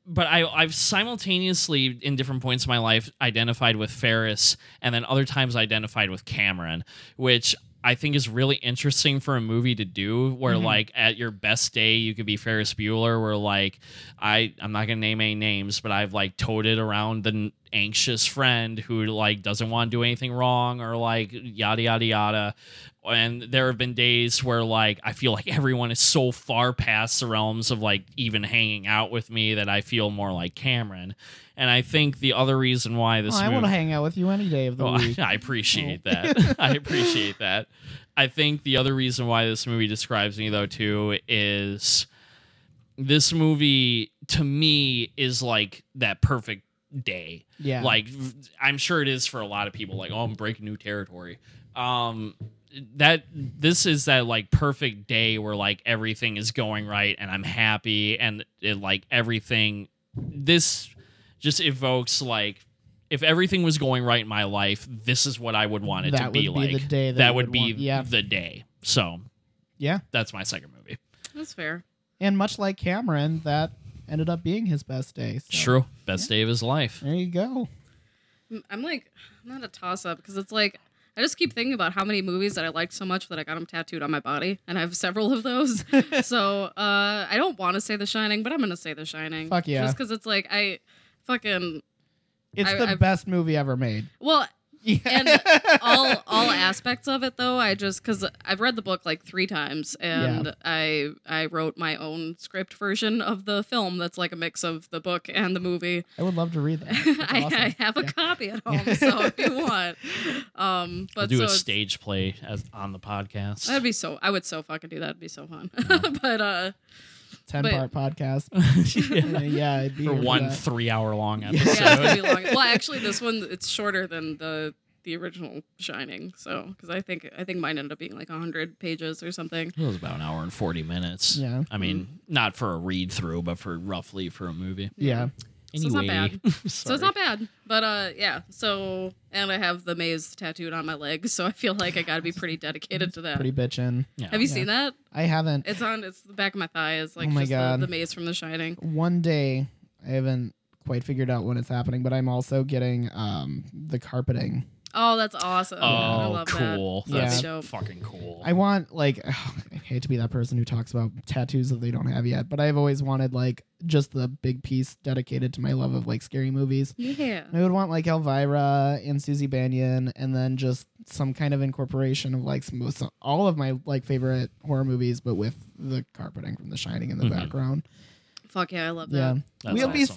C: but I, I've simultaneously in different points of my life identified with Ferris and then other times identified with Cameron, which I think is really interesting for a movie to do where like at your best day you could be Ferris Bueller where like I I'm not going to name any names but I've like toted around the n- anxious friend who like doesn't want to do anything wrong or like yada yada yada and there have been days where like I feel like everyone is so far past the realms of like even hanging out with me that I feel more like Cameron. And I think the other reason why this
E: Oh, I
C: movie
E: want to hang out with you any day
C: [laughs]
E: of the
C: Oh, I,
E: week. Oh.
C: I appreciate that. [laughs] I appreciate that. I think the other reason why this movie describes me though too is this movie to me is like that perfect day.
E: Yeah.
C: Like v- I'm sure it is for a lot of people like oh I'm breaking new territory. Um that this is that like perfect day where like everything is going right and I'm happy and it, like everything this just evokes like if everything was going right in my life, this is what I would want it to
E: That
C: be
E: would be
C: like.
E: the day that
C: that
E: you
C: would
E: would
C: be
E: want- yeah.
C: the day. So
E: yeah.
C: that's my second movie.
D: that's fair.
E: And much like Cameron, that ended up being his best day. So
C: True. Best day of his life.
E: There you go.
D: I'm- I'm like [sighs] I'm not a toss up because it's like I just keep thinking about how many movies that I liked so much that I got them tattooed on my body, and I have several of
E: [laughs]
D: those. so uh, I don't want to say The Shining, but I'm gonna say The Shining.
E: Fuck yeah.
D: just because it's like I fucking
E: It's
D: I-
E: the
D: I've-
E: best movie ever made. [laughs]
D: Well,
E: Yeah.
D: and all all aspects of it though i just because i've read the book like three times and i i wrote my own script version of the film that's like a mix of the book and the movie
E: I would love to read
D: [laughs]
E: that. [laughs] That's
D: I,
E: awesome.
D: I have a
E: Yeah.
D: copy
E: [laughs]
D: at home so if you want um
C: We'll
D: but
C: do
D: so
C: a
D: it's-
C: stage play as, on the podcast. [laughs]
D: [laughs] that'd be so i would so fucking do that it'd be so fun [laughs] but
E: [laughs]
D: uh
E: ten
D: but- [laughs]
E: part podcast.
C: Yeah.
E: uh, yeah, I'd be
C: For
E: here
C: one
E: that.
C: three hour long
D: yeah
C: episode.
D: it's [laughs] gonna be long well actually this one it's shorter than the the original shining so because i think i think mine ended up being like 100 pages or something
C: It was about an hour and 40 minutes.
E: Yeah.
C: I mean, not for a read through, but for roughly for a movie.
E: yeah.
D: So it's not bad.
C: [laughs]
D: So
C: Sorry.
D: it's not bad, but uh, yeah. So and I have the maze tattooed on my leg, so I feel like I got to be pretty dedicated to that.
E: Pretty bitchin'.
C: Yeah.
D: have you
E: Yeah.
D: seen that?
E: I haven't.
D: It's on. It's the back of my thigh. It's like
E: Oh my
D: just
E: God.
D: The, the maze from The Shining.
E: one day I haven't quite figured out when it's happening, but I'm also getting um the carpeting.
D: Oh, that's awesome! I
C: Oh,
D: love
C: cool.
D: That. That'd
C: That's
D: be dope.
C: fucking cool.
E: I want like [sighs] I hate to be that person who talks about tattoos that they don't have yet, but I've always wanted like just the big piece dedicated to my love of like scary movies.
D: Yeah.
E: I would want like Elvira and Susie Banyan, and then just some kind of incorporation of like some, some- all of my like favorite horror movies, but with the carpeting from The Shining in the
C: Mhm.
E: background.
D: Fuck yeah! I love
E: Yeah,
D: that.
C: That's
E: we'll be
C: awesome.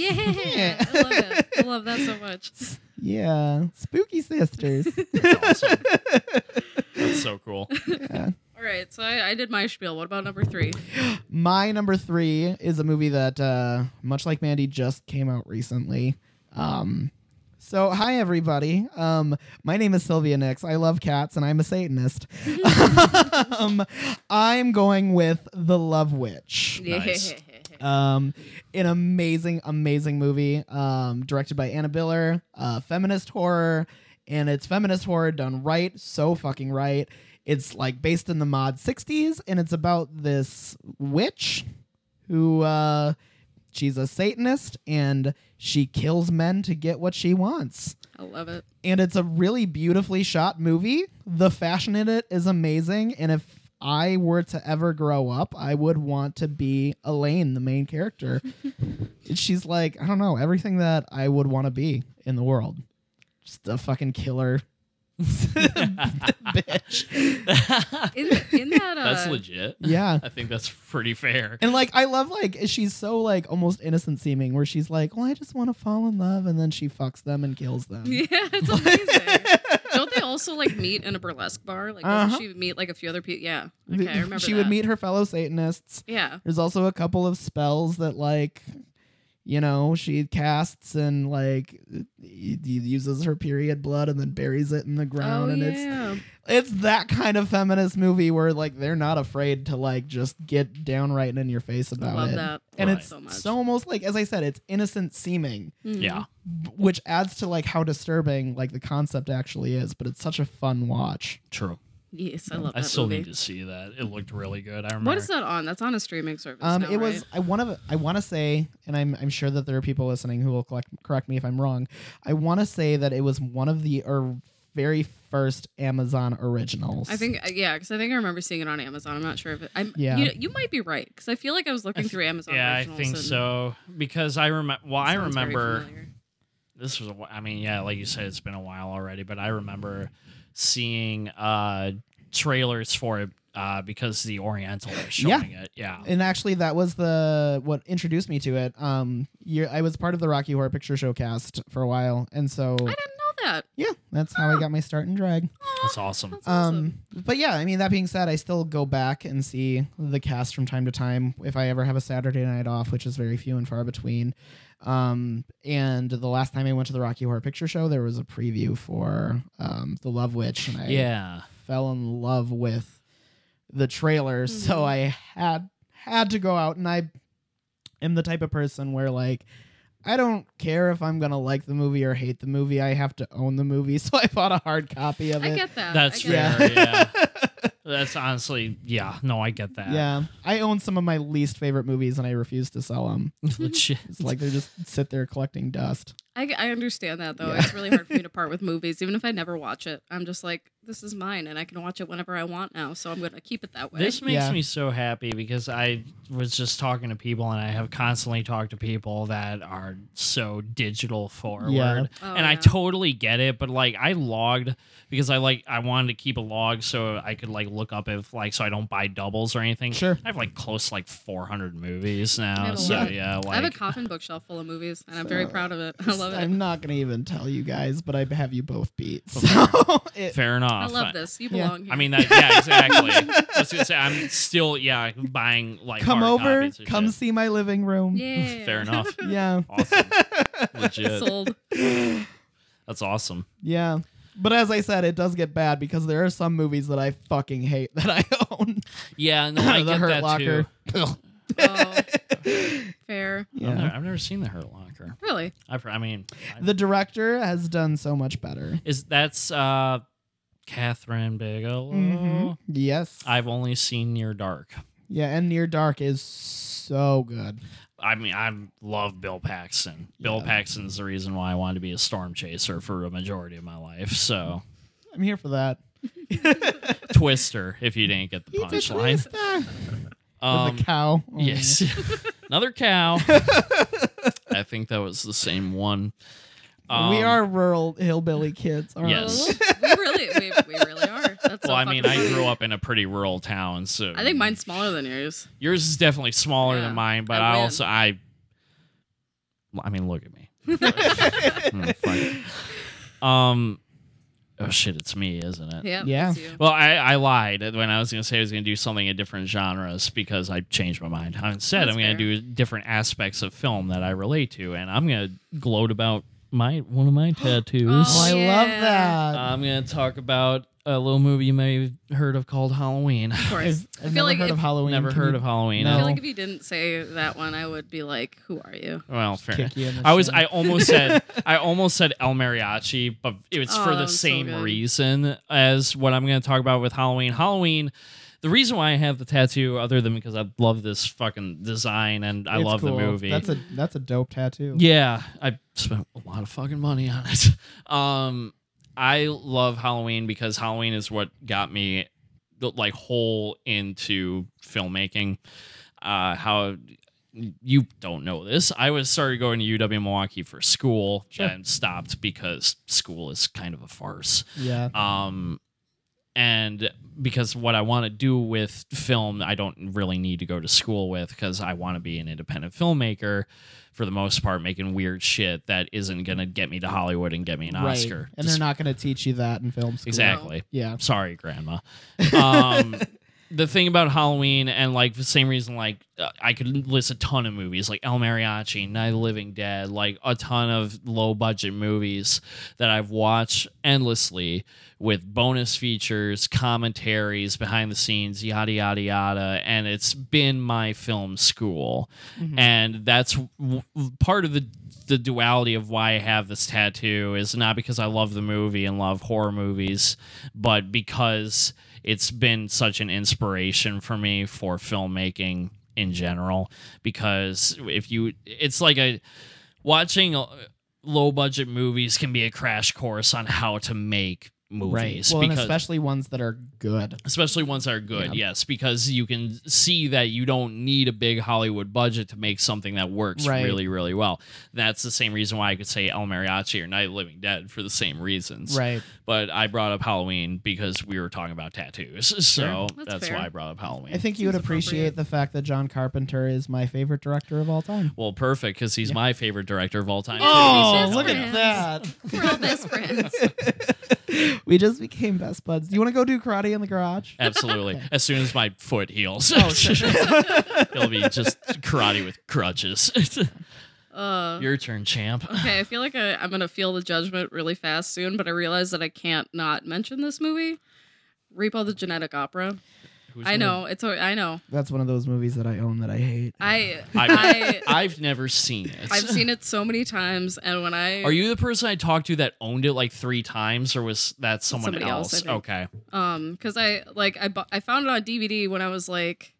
D: [laughs] Yeah. I
E: [laughs]
D: love it. I love that so much. [laughs]
E: yeah, spooky sisters.
C: That's awesome. That's so
D: [laughs]
C: cool.
D: All right, so I, I did my spiel. What about number three?
E: My number three is a movie that, uh, much like Mandy, just came out recently. Um, so, hi everybody. Um, my name is Sylvia Nix. I love cats, and I'm a Satanist. [laughs] um, I'm going with The Love Witch.
C: Nice.
E: [laughs] Um, an amazing, amazing movie. Um, directed by Anna Biller, uh, feminist horror, and it's feminist horror done right, so fucking right. It's like based in the mod 60s, and it's about this witch who uh, she's a Satanist and she kills men to get what she wants
D: [laughs] I love it.
E: and it's a really beautifully shot movie. The fashion in it is amazing, and if I were to ever grow up, I would want to be Elaine, the
D: [laughs]
E: main character. She's like, I don't know, everything that I would want to be in the world. Just a fucking killer bitch.
D: In, in that, uh,
C: [laughs] That's legit.
E: Yeah.
C: I think that's pretty fair.
E: And like I love like she's so like almost innocent seeming where she's like, "Well, I just want to fall in love," and then she fucks them and
D: [laughs]
E: kills them.
D: [laughs] Yeah, it's amazing. Don't they also like meet in a burlesque bar? Like, doesn't
E: Uh-huh.
D: she meet like a few other people? Yeah. Okay, I remember.
E: she
D: that.
E: would meet her fellow Satanists
D: Yeah.
E: There's also a couple of spells that like you know she casts and like y- uses her period blood and then buries it in the ground
D: oh
E: and it's
D: yeah.
E: it's that kind of feminist movie where like they're not afraid to like just get downright and in your face about
D: Love
E: it.
D: that.
E: And
D: Love
E: it's
D: so
E: so,
D: much.
E: almost like as I said it's innocent seeming
D: Mhm.
C: Yeah.
E: b- which adds to like how disturbing like the concept actually is but it's such a fun watch.
C: True.
D: Yes, I love that
C: I still
D: movie.
C: need to see that. It looked really good. I remember.
D: What is that on? That's on a streaming service.
E: Um,
D: now,
E: it was
D: right?
E: I want to I want to say, and I'm I'm sure that there are people listening who will collect, correct me if I'm wrong. I want to say that it was one of the or very first Amazon originals.
D: I think uh, yeah, because I think I remember seeing it on Amazon. I'm not sure if it, I'm.
E: Yeah.
D: You, you might be right because I feel like I was looking through Amazon.
C: Yeah, I
D: originals
C: think
D: and
C: so because I remember. Well,
D: it
C: I
D: sounds very
C: remember
D: familiar.
C: this was. A, wh- I mean, yeah, like you said, it's been a while already, but I remember seeing uh trailers for it uh because the Oriental was
E: Yeah.
C: showing it. Yeah.
E: And actually, that was the what introduced me to it. Um, you I was part of the Rocky Horror Picture Show cast for a while, and so
D: I didn't know that.
E: yeah, that's how I got my start in drag.
C: That's awesome.
D: That's awesome.
E: Um, but yeah, I mean, that being said, I still go back and see the cast from time to time if I ever have a Saturday night off, which is very few and far between. Um, and the last time I went to the Rocky Horror Picture Show, there was a preview for um, The Love Witch, and I
C: Yeah.
E: fell in love with the trailer,
D: Mm-hmm.
E: so I had had to go out, and I am the type of person where like. I don't care if I'm gonna like the movie or hate the movie. I have to own the movie, [laughs] so I bought a hard copy of
D: I
E: it.
D: get that.
C: That's
D: I get
C: fair.
E: Yeah. [laughs]
C: Yeah. That's honestly, yeah. No, I get that.
E: Yeah, I own some of my least favorite movies and I refuse to sell them.
C: Legit.
E: [laughs] It's like they just sit there collecting dust.
D: I, I understand that though. It's really hard for
E: [laughs]
D: me to part with movies, even if I never watch it. I'm just like, this is mine, and I can watch it whenever I want now. So I'm gonna keep it that way.
C: This makes
E: Yeah.
C: me so happy because I was just talking to people and I have constantly talked to people that are so digital forward.
D: Oh,
C: and I
D: yeah.
C: totally get it, but like I logged because I like I wanted to keep a log so I could like look up if like so I don't buy doubles or anything.
E: Sure.
C: I have like close to, like 400 movies
D: I
C: now.
D: have a
C: So
D: lot.
C: yeah,
D: I have a
C: like
D: coffin bookshelf full of movies, and I'm very proud of it. I love it.
E: I'm not gonna even tell you guys, but I have you both beat. So [laughs] it,
C: Oh. fair enough.
D: I love this. You
E: Yeah.
D: belong here.
C: I mean that yeah,
D: [laughs]
C: exactly. I was gonna say I'm still yeah, buying like
E: come
C: hard
E: over,
C: copies of
E: come
C: shit.
E: see my living room.
C: [laughs]
D: yeah.
C: Fair
D: [laughs]
C: enough.
E: Yeah.
C: Awesome. Legit.
E: [laughs]
D: Sold.
C: That's awesome.
E: Yeah. But as I said, it does get bad because there are some movies that I fucking hate [laughs] that I own.
C: Yeah,
E: [coughs]
C: no, Oh, I
E: [laughs] the
C: get
E: Hurt
C: that
E: Locker.
C: [laughs] too.
D: Oh. Fair.
C: I've, never,
E: Yeah.
C: I've never seen the Hurt Locker.
D: Really?
C: I've, I mean, I-
E: The director has done so much better.
C: is that's uh, Catherine Bigelow?
E: Mhm. Yes.
C: I've only seen Near Dark.
E: yeah, and Near Dark is so good.
C: I mean, I love Bill Paxton. Bill
E: Yeah.
C: Paxton's the reason why I wanted to be a storm chaser for a majority of my life. So, [laughs]
E: I'm here for that.
C: Twister, if you didn't get the
E: He's a
C: punchline.
E: twister.
C: Um,
E: With a cow. Oh,
C: Yes. [laughs] Another
E: [laughs]
C: cow. I think that was the same one. Um,
E: we are rural hillbilly kids. aren't
C: Yes.
E: we?
D: Oh, [laughs] we really, we, we really are. That's so
C: Well, I mean,
D: fucking
C: I
D: funny.
C: grew up in a pretty rural town, so
D: I think mine's smaller than yours.
C: Yours is definitely smaller
D: Yeah,
C: than mine, but
D: I
C: I,
D: win.
C: also I. Well, I mean, look at me.
D: [laughs]
C: Mm, fuck. Um, oh shit, it's me, isn't it?
D: Yeah.
E: Yeah.
D: it's you.
C: Well, I, I lied when I was going to say I was going to do something in different genres because I changed my mind. Instead,
D: That's
C: I'm going
D: fair.
C: to do different aspects of film that I relate to, and I'm going to gloat about my one of
D: [gasps]
C: my tattoos.
E: Oh, I
D: Yeah.
E: love that.
C: I'm going to talk about a little movie you may have heard of called Halloween. [laughs]
D: Of course.
E: I've, I've
D: I feel
E: never
D: like
E: heard
D: if-
E: of Halloween.
C: Never
E: Can
C: heard
E: you
C: of Halloween.
E: No.
D: I
C: I
D: feel like if you didn't say that one, I would be like, "Who are you?"
C: Well, fair.
E: kick you in the
C: I was.
E: shin?
C: I almost
E: [laughs]
C: said. I almost said El Mariachi, but it was
D: Oh,
C: for
D: that
C: the
D: one's so
C: same
D: good.
C: reason as what I'm going to talk about with Halloween. Halloween. The reason why I have the tattoo, other than because I love this fucking design and I
E: It's
C: love
E: cool.
C: the movie.
E: That's a that's a dope tattoo.
C: yeah, I spent a lot of fucking money on it. [laughs] Um, I love Halloween because Halloween is what got me the, like whole into filmmaking. Uh, how you don't know this. I was started going to UW Milwaukee for school
E: Sure.
C: and stopped because school is kind of a farce.
E: Yeah.
C: Um, and because what I want to do with film, I don't really need to go to school with because I want to be an independent filmmaker for the most part, making weird shit that isn't going to get me to Hollywood and get me an
E: Right.
C: Oscar.
E: And they're not going to teach you that in film school.
C: Exactly.
E: Yeah.
C: I'm sorry, Grandma.
E: [laughs]
C: Um, the thing about Halloween and like the same reason, like uh, I could list a ton of movies like El Mariachi, Night of the Living Dead, like a ton of low budget movies that I've watched endlessly with bonus features, commentaries, behind the scenes, yada yada yada, and it's been my film school, and that's w- w- part of the the duality of why I have this tattoo is not because I love the movie and love horror movies, but because it's been such an inspiration for me for filmmaking in general. Because if you, it's like a watching low budget movies can be a crash course on how to make
E: Right.
C: movies.
E: Well, and
C: because-
E: especially ones that are good.
C: especially ones that are good yes because you can see that you don't need a big hollywood budget to make something that works
E: Right.
C: really really well that's the same reason why i could say el mariachi or night of the living dead for the same reasons
E: Right.
C: but i brought up halloween because we were talking about tattoos [laughs] so
D: That's
C: that's,
D: fair.
C: why i brought up halloween
E: I think you would
D: Seems
E: appreciate
D: appropriate.
E: the fact that John Carpenter is my favorite director of all time.
C: well perfect because he's my favorite director of all time
D: Oh, look at [laughs] We're all best friends.
E: that. [laughs] we just became best buds. Do you want to go do karate in the garage?
C: Uh, absolutely as soon as my foot heals
E: Oh, sure.
C: [laughs]
E: [laughs]
C: it'll be just karate with crutches
D: [laughs] Uh,
C: your turn champ
D: okay, I feel like I, I'm gonna feel the judgment really fast soon, but I realize that I can't not mention this movie, Repo the Genetic Opera.
C: Who's
D: I
C: gonna-
D: know it's. a- I know.
E: That's one of those movies that I own that I hate.
D: I.
C: [laughs] I,
D: I.
C: I've never seen it.
D: I've seen it so many times, and when
C: [laughs]
D: I
C: Are you the person I talked to that owned it like three times, or was that someone
D: Somebody else, I
C: else?
D: think.
C: okay,
D: um because i like I, bu- I found it on dvd when i was like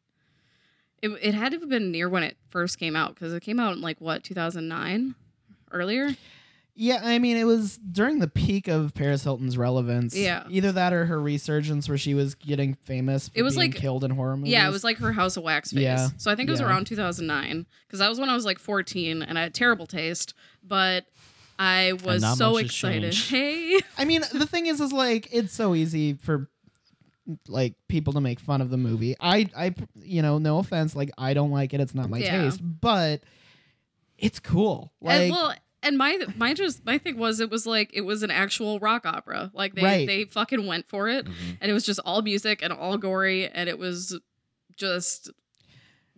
D: it, it had to have been near when it first came out because it came out in like what 2009 earlier
E: Yeah, I mean, it was during the peak of Paris Hilton's relevance.
D: Yeah.
E: either that or her resurgence, where she was getting famous. For
D: It was
E: being
D: like-
E: killed in horror movies.
D: Yeah, it was like her House of Wax phase.
E: Yeah.
D: So I think it was
E: Yeah.
D: around 2009 because that was when I was like 14 and I had terrible taste, but I was
C: not
D: so
C: much has
D: excited.
C: changed.
D: [laughs] Hey,
E: I mean, the thing is, is like it's so easy for like people to make fun of the movie. I, I, you know, no offense, like I don't like it. It's not my
D: Yeah.
E: taste, but it's cool. Like,
D: and, well, and my my just my thing was it was like it was an actual rock opera. Like they
E: Right. Mm-hmm.
D: they fucking went for it,
C: Mhm.
D: and it was just all music and all gory, and it was just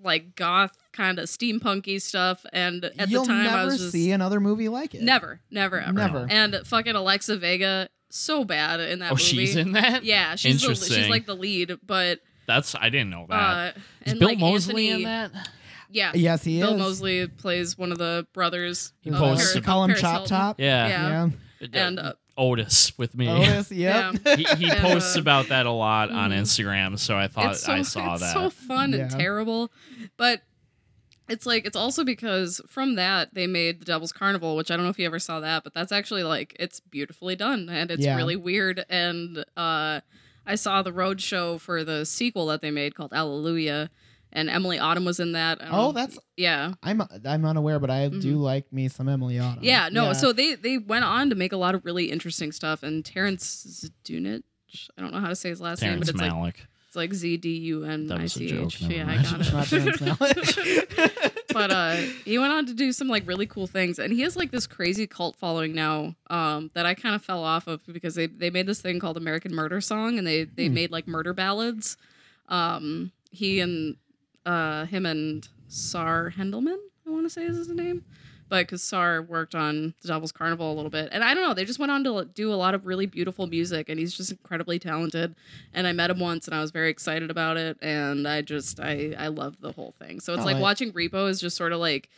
D: like goth kind of steampunky stuff. And at
E: you'll
D: the time,
E: never
D: I was just
E: see another movie like it.
D: never, never, ever,
E: Never.
D: And fucking Alexa Vega, so bad in that
C: Oh,
D: movie.
C: she's in that.
D: Yeah, she's the, she's
C: Interesting.
D: like the lead, but
C: That's I didn't know that.
D: uh,
C: Is
D: and
C: Bill
D: like
C: Mosley
D: Anthony,
C: in that?
D: Yeah,
E: Yes, he
D: Bill
E: is.
D: Mosley plays one of the brothers.
E: He
D: of
C: posts-
D: Paris-
E: they call him
D: Paris
E: Chop
D: Hilton.
E: Top.
C: Yeah.
D: Yeah. And
C: Uh,
D: uh,
C: Otis with me.
E: [laughs] Otis. Yep.
C: [laughs]
D: yeah,
C: he he
D: And,
C: posts
D: uh,
C: about that a lot on
D: mhm.
C: Instagram, so I thought
D: it's so, [laughs]
C: I saw
D: it's
C: that.
D: so fun and
E: Yeah.
D: terrible, but it's like it's also because from that they made the Devil's Carnival, which I don't know if you ever saw that, but that's actually like it's beautifully done and it's
E: Yeah.
D: really weird. And uh, I saw the road show for the sequel that they made called Alleluia, and Emily Autumn was in that. I don't
E: Oh,
D: know-
E: that's-
D: yeah.
E: I'm I'm unaware, but I do like me some Emily Autumn.
D: Mm-hmm. Yeah, no. So they they went on to make a lot of really interesting stuff, and Terrence Zdunich. I don't know how to say his last
C: Terrence
D: name, but it's like
C: Malick.
D: it's like Z D U N
C: That
D: I
C: was a
D: C
C: joke,
D: H.
C: never
D: Yeah, I
C: mind.
D: got [laughs]
E: Not Terrence
D: it. but uh, he went on to do some like really cool things, and he has like this crazy cult following now um, that I kind of fell off of because they they made this thing called American Murder Song, and they
C: Hmm.
D: they made like murder ballads. Um, he and uh, him and Sar Hendelman, I want to say is his name. But because Sar worked on The Devil's Carnival a little bit. And I don't know, they just went on to do a lot of really beautiful music, and he's just incredibly talented. And I met him once, and I was very excited about it. And I just, I, I love the whole thing. So it's
E: Oh,
D: like
E: I-
D: watching Repo is just sort of like,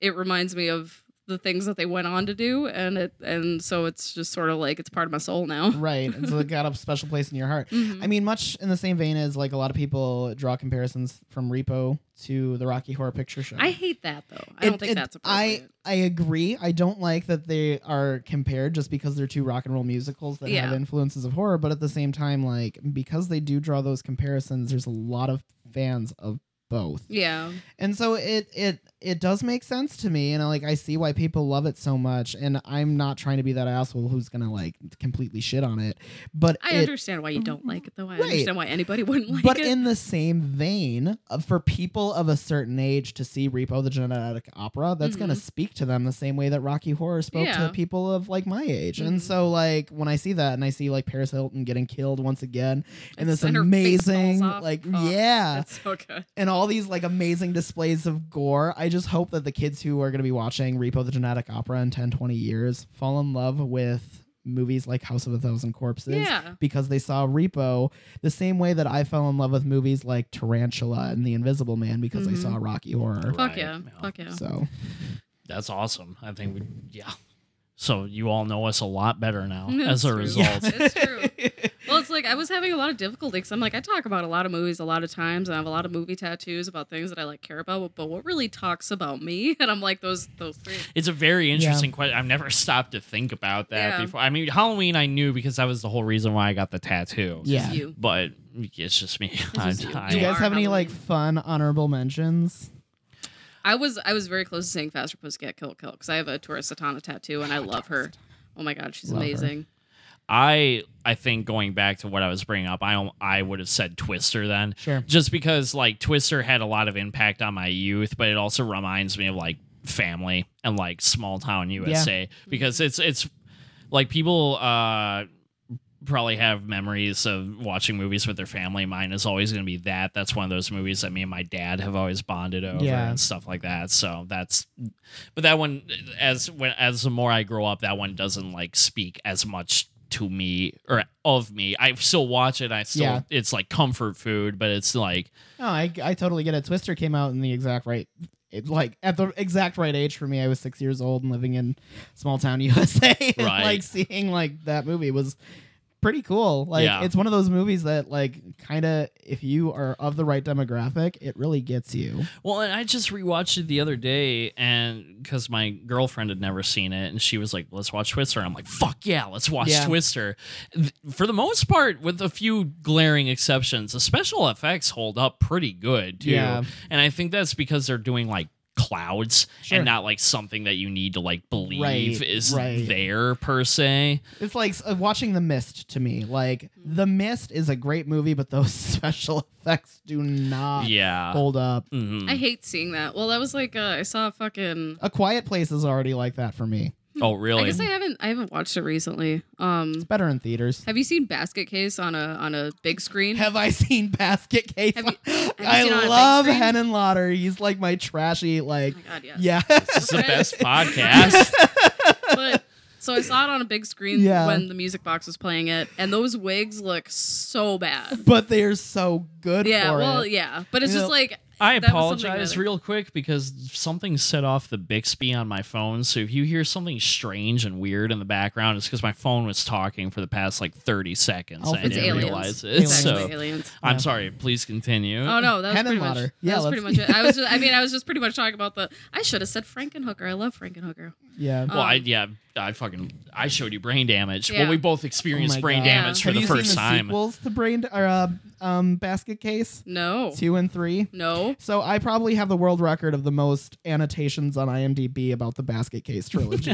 D: it reminds me of the things that they went on to do, and it, and so it's just sort of like it's part of my soul now.
E: right, and so it got a special place in your heart.
D: Mhm.
E: I mean, much in the same vein as like a lot of people draw comparisons from Repo to the Rocky Horror Picture Show.
D: I hate that though. I don't
E: It-
D: think
E: it-
D: that's
E: I
D: appropriate.
E: I agree. I don't like that they are compared just because they're two rock and roll musicals that have
D: Yeah.
E: influences of horror, but at the same time, like because they do draw those comparisons, there's a lot of fans of both.
D: yeah.
E: And so it it it does make sense to me, and I, like I see why people love it so much. And I'm not trying to be that asshole who's gonna like completely shit on it, but
D: I
E: it,
D: understand why you don't like it though. I
E: Right.
D: understand why anybody [laughs] wouldn't like
E: but
D: it.
E: in the same vein, uh, for people of a certain age to see Repo the Genetic Opera, that's going to speak to them the same way that Rocky Horror spoke
D: Mm-hmm. Yeah.
E: to people of like my age.
D: Mhm.
E: And so, like when I see that, and I see like Paris Hilton getting killed once again, and
D: It's-
E: this
D: and her face falls
E: amazing,
D: off.
E: like
D: Oh,
E: yeah,
D: that's so good.
E: and all these like amazing displays of gore. I just hope that the kids who are going to be watching Repo the Genetic Opera in 10, 20 years fall in love with movies like House of a Thousand Corpses
D: Yeah.
E: because they saw Repo the same way that I fell in love with movies like Tarantula and The Invisible Man because I
D: Mhm.
E: saw Rocky Horror.
D: Fuck
C: Right,
D: yeah.
C: yeah.
D: Fuck yeah.
E: So
C: That's awesome. I think we yeah. So you all know us a lot better now as
D: [laughs] That's
C: a
D: true.
C: result.
D: It's true.
E: [laughs]
D: Well, it's like I was having a lot of difficulty because I'm like I talk about a lot of movies a lot of times, and I have a lot of movie tattoos about things that I like care about. But what really talks about me? [laughs] And I'm like those those three.
C: It's a very interesting question. I've never [laughs] stopped to think about that
D: Yeah.
C: before. I mean, Halloween I knew because that was the whole reason why I got the tattoo.
E: yeah.
D: You.
C: But it's just me. [laughs]
D: just you.
C: I-
E: Do you
D: You
E: guys
D: are
E: have any like
D: Halloween.
E: fun honorable mentions?
D: I was I was very close to saying faster pussycat kill kill because I have a Tora Satana tattoo and I love her. Oh my god, she's
E: Love her.
D: amazing.
C: I I think going back to what I was bringing up, I I would have said Twister then,
E: Sure.
C: just because like Twister had a lot of impact on my youth, but it also reminds me of like family and like small town USA because it's it's like people uh probably have memories of watching movies with their family. Mine is always going to be that. That's one of those movies that me and my dad have always bonded over
E: Yeah.
C: and stuff like that. So that's, but that one as when as the more I grow up, that one doesn't like speak as much to me or of me. I still watch it. I still
E: Yeah.
C: it's like comfort food, but it's like
E: No, I, I totally get it. Twister came out in the exact right, it, like at the exact right age for me. I was six years old and living in small town [laughs] USA, and
C: Right.
E: like seeing like that movie was pretty cool. Like
C: Yeah.
E: it's one of those movies that like kind of if you are of the right demographic, it really gets you.
C: Well, and I just rewatched it the other day, and because my girlfriend had never seen it, and she was like, "Let's watch Twister." And I'm like, "Fuck yeah, let's watch
E: Yeah.
C: Twister." Th- For the most part, with a few glaring exceptions, the special effects hold up pretty good too.
E: Yeah.
C: And I think that's because they're doing like clouds
E: Sure.
C: and not like something that you need to like believe
E: Right,
C: is
E: right.
C: there per se.
E: It's like uh, watching The Mist to me. Like The Mist is a great movie, but those [laughs] special effects do not
C: yeah.
E: hold up.
C: Mhm.
D: I hate seeing that. Well, that was like uh, I saw a fucking.
E: A Quiet Place is already like that for me.
C: oh,
D: [laughs] I
C: really?
D: guess I haven't. I haven't watched it recently. Um,
E: Better in theaters.
D: have you seen Basket Case on a on a big screen?
E: Have I seen Basket Case? [laughs]
D: Have you- have you seen it on a
E: I
D: big
E: love
D: screen?
E: Hen and Lauder. He's like my trashy, like
D: oh my god, yes. [laughs]
E: yeah.
C: This is
E: [laughs]
C: the best podcast.
D: but so I saw it on a big screen
E: Yeah.
D: when the music box was playing it, and those wigs look so
E: [laughs]
D: bad.
E: but they are so good
D: Yeah,
E: for
D: well,
E: it.
D: yeah, but it's
E: You
D: just
E: know-
D: like
C: I
D: That was something
C: apologize
D: that-
C: real quick because something set off the Bixby on my phone. So if you hear something strange and weird in the background, it's because my phone was talking for the past like 30 seconds.
E: Oh,
C: and I
E: it's
C: didn't
E: aliens.
C: realize it.
E: Aliens.
D: it's actually
C: So
D: aliens.
C: I'm sorry. Please continue.
D: Oh no, that was
E: Hen and
D: pretty much.
E: Lauder.
D: That
E: Yeah,
D: was pretty
E: let's-
D: much it. I
E: [laughs]
D: was. Just, I mean, I was just pretty much talking about the. I should have said Frankenhooker. I love Frankenhooker.
E: yeah.
C: Well, I,
D: um,
C: yeah, I fucking I showed you brain damage.
D: Yeah.
C: Well, we both experienced
E: Oh my
C: brain
E: God.
C: damage
D: Yeah.
C: for
E: Have
C: the
E: you
C: first
E: seen the
C: time.
E: sequels to Brain or uh, um, Basket Case
D: No,
E: two and three?
D: no.
E: So I probably have the world record of the most annotations on IMDb about the Basket Case
C: [laughs]
E: trilogy.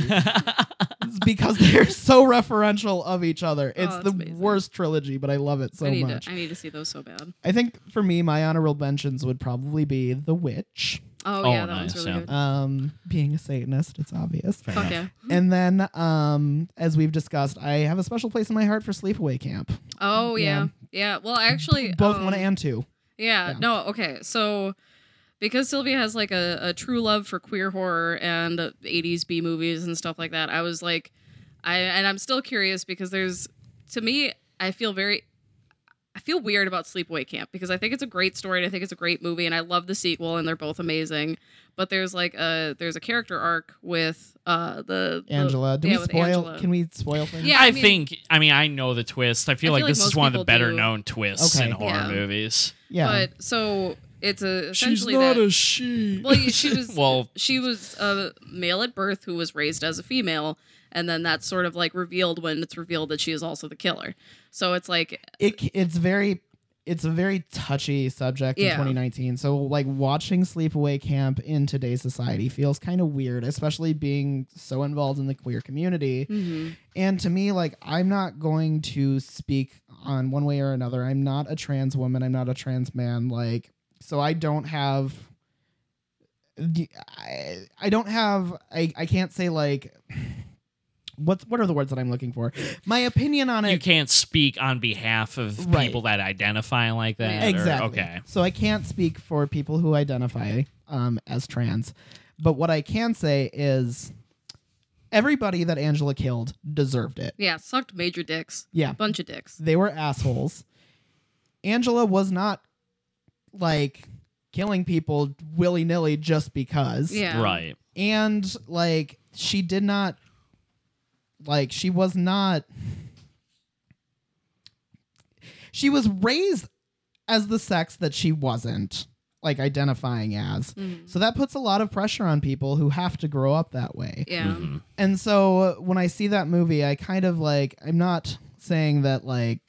E: it's because they're so referential of each other. It's
D: Oh, that's
E: the
D: amazing.
E: worst trilogy, but I love it so
D: I need
E: much.
D: to. I need to see those so bad.
E: I think for me, my honorable mentions would probably be The Witch.
D: Oh,
C: Oh,
D: yeah, that one's
C: nice,
D: really
C: yeah.
D: good.
E: Um, being a Satanist, it's obvious.
D: Fuck yeah.
E: And then, um, as we've discussed, I have a special place in my heart for Sleepaway Camp.
D: Oh yeah. yeah. Well, actually,
E: Both
D: um,
E: one and two.
D: Yeah,
E: Yeah.
D: No. Okay. So, because Sylvia has like a, a true love for queer horror and uh, 80s B movies and stuff like that, I was like, I and I'm still curious because there's to me, I feel very. I feel weird about Sleepaway Camp because I think it's a great story and I think it's a great movie and I love the sequel and they're both amazing. But there's like a there's a character arc with uh the the-
E: Angela, do
D: yeah,
E: we
D: with
E: spoil?
D: Angela.
E: Can we spoil things?
D: Yeah,
C: I,
D: I mean-
C: think I mean I know the twist. I feel
D: I
C: like
D: feel
C: this
D: like
C: is
D: most
C: one of the
D: people
C: better
D: do.
C: known twists in
E: Okay.
C: horror
D: Yeah.
C: movies.
E: yeah.
D: But so it's a essentially that,
C: she.
D: Well,
C: [laughs]
D: you- she was-
C: well,
D: she was a male at birth who was raised as a female and then that's sort of like revealed when it's revealed that she is also the killer so it's like
E: it c- it's very it's a very touchy subject in
D: Yeah.
E: 2019 so like watching sleepaway camp in today's society feels kind of weird especially being so involved in the queer community and to me like i'm not going to speak on one way or another i'm not a trans woman i'm not a trans man like so i don't have the- I, I don't have I, I can't say like [sighs] what's what are the words that I'm looking for? My opinion on it
C: you can't speak on behalf of
E: Right.
C: people that identify like that. or-
E: Exactly.
C: okay.
E: So I can't speak for people who identify um, as trans, but what I can say is everybody that Angela killed deserved it.
D: yeah sucked major dicks
E: Yeah,
D: bunch of dicks
E: they were assholes. Angela was not like killing people willy nilly just because.
D: yeah
C: Right.
E: and like she did not like she was not she was raised as the sex that she wasn't like identifying as so that puts a lot of pressure on people who have to grow up that way
D: yeah
E: and so uh, when i see that movie i kind of like i'm not saying that like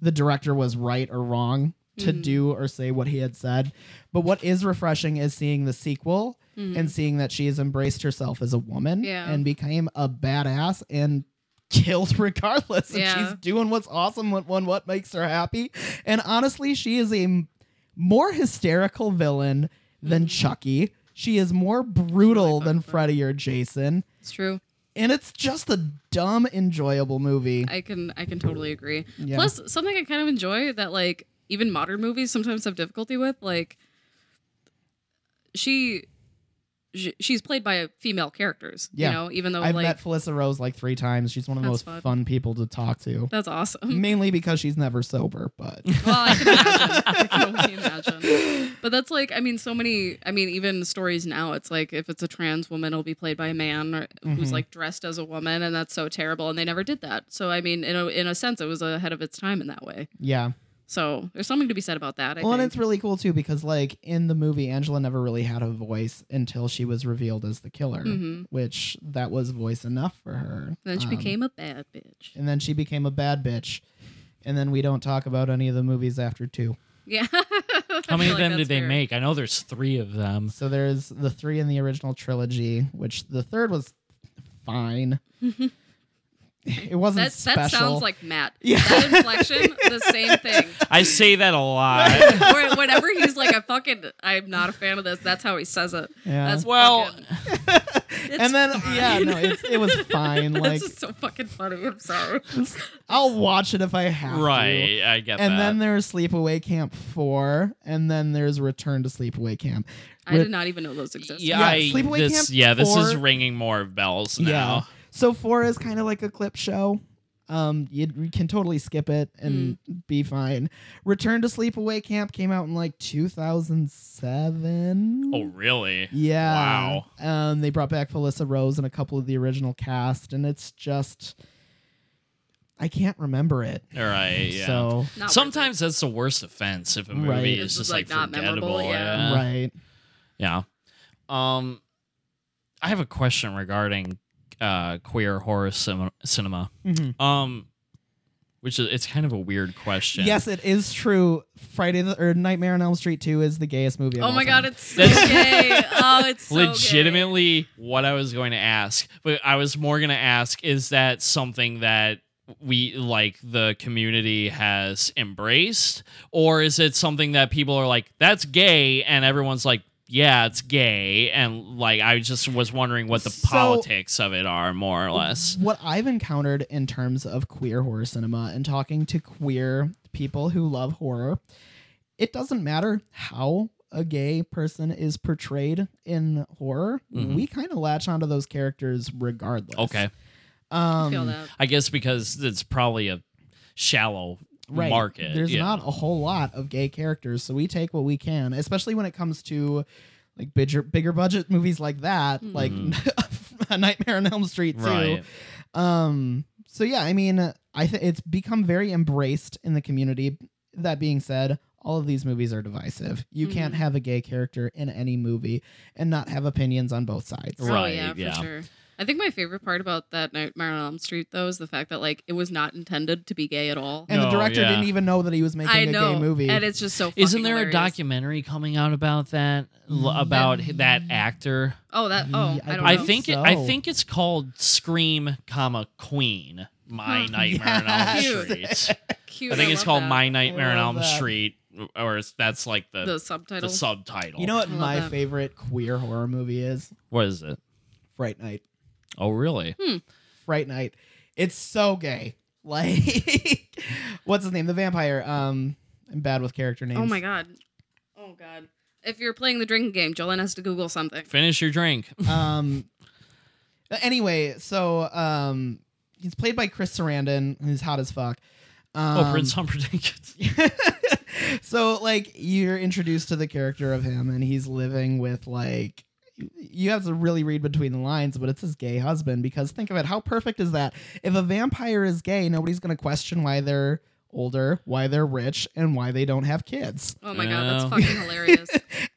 E: the director was right or wrong to
D: Mm-hmm.
E: do or say what he had said but what is refreshing is seeing the sequel and seeing that she has embraced herself as a woman
D: Mm-hmm. Yeah.
E: and became a badass and [laughs] killed regardless and
D: Yeah.
E: she's doing what's awesome what one what makes her happy and honestly she is a m- more hysterical villain
D: Mm-hmm.
E: than chucky she is more brutal than freddy or jason
D: it's true
E: and it's just a dumb, enjoyable movie.
D: i can i can totally agree
E: Yeah.
D: plus something i kind of enjoy that like even modern movies sometimes have difficulty with like she sh- she's played by female characters.
E: Yeah.
D: You know, even though
E: I've
D: like
E: met Felissa Rose like three times. She's one of the most
D: That's
E: fun.
D: fun.
E: people to talk
D: [laughs]
E: to,
D: that's awesome.
E: mainly because she's never sober.
D: [laughs]
E: But
D: Well, I can
E: [laughs]
D: imagine. I can only imagine. But that's like, I mean, so many. I mean, even stories now. It's like if it's a trans woman, it'll be played by a man or,
E: Mhm.
C: Mm-hmm.
D: who's like dressed as a woman, and that's so terrible. And they never did that. So I mean, in a in a sense, it was ahead of its time in that way.
E: yeah,
D: So there's something to be said about that. I
E: well, and
D: think.
E: it's really cool too because like in the movie, Angela never really had a voice until she was revealed as the killer,
D: Mhm.
E: which that was voice enough for her.
D: then she
E: Um,
D: became a bad bitch.
E: and then she became a bad bitch. And then we don't talk about any of the movies after two.
D: Yeah. [laughs]
C: How many of them did they make? I know there's three of them.
E: So there's the three in the original trilogy, which the third was
D: [laughs]
E: fine. it wasn't
D: That,
E: special.
D: that sounds like Matt.
E: [laughs] Yeah.
D: That inflection, the same thing.
C: [laughs] I say that a [laughs] lot.
D: Where- Whenever he's like, I fucking, I'm not a fan of this, that's how he says it.
E: Yeah.
D: That's
C: Well,
D: fucking- [laughs]
E: and then yeah, no,
D: it's,
E: it's, it
D: [laughs]
E: was
D: fine.
E: fine. Like
D: This is so fucking funny. I'm
E: [laughs]
D: sorry.
E: I'll watch it if I have to.
C: right, I get
E: And
C: that.
E: then there's Sleepaway Camp four, and then there's Return to Sleepaway Camp.
D: I did not even know those existed.
C: yeah,
E: Yeah,
C: I,
E: Sleepaway
C: this,
E: Camp
C: yeah, this is
E: four-
C: ringing more bells
E: Yeah.
C: now.
E: So four is kind of like a clip show. Um, you, you can totally skip it and
D: Mm.
E: be fine. Return to Sleepaway Camp came out in like 2007.
C: Oh, really?
E: Yeah.
C: Wow.
E: Um, they brought back Felissa Rose and a couple of the original cast, and it's just I can't remember it.
C: All right. Yeah.
E: So
D: Not
C: Sometimes that's the worst offense if a movie
E: Right.
C: is
D: It's
C: just
D: just,
C: like,
D: like, not
C: forgettable.
D: memorable,
C: Yeah.
D: yeah.
E: right.
C: Yeah. Um, I have a question regarding uh, queer horror cin- cinema.
E: Mhm.
C: Um, which is it's kind of a weird question.
E: Yes, it is true. Friday the or Nightmare on Elm Street Two is the gayest movie. Of
D: Oh
E: all
D: my
E: time.
D: god, it's
C: [laughs]
D: so gay. Oh, it's so gay.
C: legitimately what I was going to ask, but I was more going to ask is that something that we like the community has embraced or is it something that people are like that's gay and everyone's like yeah it's gay and like I just was wondering what the
E: So-
C: politics of it are more or less.
E: What I've encountered in terms of queer horror cinema and talking to queer people who love horror, it doesn't matter how a gay person is portrayed in horror.
C: Mhm.
E: We kind of latch onto those characters regardless.
C: Okay.
E: Um,
D: I feel that.
C: I guess because it's probably a shallow
E: right.
C: market.
E: There's
C: yeah.
E: not a whole lot of gay characters, so we take what we can, especially when it comes to like bigger bigger budget movies like that, like [laughs] A Nightmare on Elm Street too.
C: Mm-hmm. right.
E: Um. So yeah, I mean, I think it's become very embraced in the community. That being said, all of these movies are divisive. You
D: Mm-hmm.
E: can't have a gay character in any movie and not have opinions on both sides.
C: Right.
D: oh, yeah, for
C: yeah.
D: sure. I think my favorite part about that Nightmare on Elm Street though is the fact that like it was not intended to be gay at all.
E: And the
C: No,
E: director
C: yeah.
E: didn't even know that he was making
D: I
E: a
D: know,
E: gay movie.
D: and it's just so. Fucking
C: Isn't there a
D: hilarious.
C: documentary coming out about that L- about h- that actor?
D: Oh, that. Oh,
E: Yeah,
D: I don't.
C: I
D: know.
C: think it, I
E: So-
C: think it's called Scream, comma Queen. My
D: Huh.
C: Nightmare on Elm
D: Yes.
C: Street.
D: Cute,
C: I think it's
D: love
C: called
D: that.
C: My Nightmare on
E: love
C: Elm
E: that.
C: Street, or it's, that's like the
D: the
C: the,
D: subtitle.
C: subtitle.
E: you know what
D: I love
E: my
D: that.
E: favorite queer horror movie is?
C: what is it?
E: Fright Night.
C: Oh, really?
E: Fright Night. It's so gay. [laughs] Like, what's his name? The vampire. Um, I'm bad with character names.
D: oh my god. Oh god. If you're playing the drinking game, Jolene has to Google something.
C: Finish your drink. [laughs]
E: um anyway so um he's played by chris sarandon who's hot as fuck um,
C: oh, Prince [laughs] Humperdinck.
E: [laughs] so like you're introduced to the character of him and he's living with like you have to really read between the lines but it's his gay husband because think of it how perfect is that if a vampire is gay nobody's going to question why they're older why they're rich and why they don't have kids
D: Oh my god, that's
C: Oh. [laughs]
D: fucking hilarious.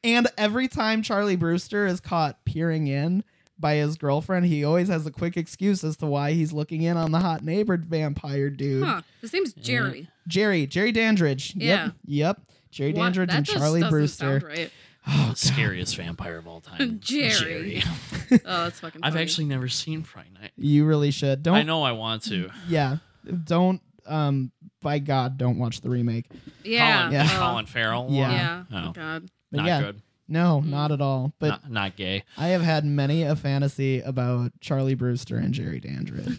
E: and every time Charlie Brewster is caught peering in by his girlfriend, he always has a quick excuse as to why he's looking in on the hot neighbor vampire dude.
D: Huh. His name's Jerry.
E: Jerry, Jerry Dandridge.
D: Yeah.
E: Yep. Yep. Jerry
D: What?
E: Dandridge
D: That
E: and
D: just
E: Charlie
D: doesn't
E: Brewster.
D: Sound
C: [laughs]
D: right.
E: Oh, God.
C: Scariest vampire of all time.
D: Jerry. Oh, that's fucking.
C: I've
D: funny.
C: actually never seen Fright Night.
E: [laughs] You really should. Don't
C: I know I want to.
E: Yeah. Don't um by God, don't watch the remake.
D: Yeah.
C: Colin,
E: Yeah.
D: oh,
C: Colin Farrell. one?
E: Yeah.
D: Yeah.
C: Oh.
D: Oh, God.
E: But
C: Not
E: yeah,
C: good.
E: No,
D: Mm-hmm.
E: not at all. But
C: not, not gay.
E: I have had many a fantasy about Charlie Brewster and
D: [laughs]
E: Jerry Dandridge.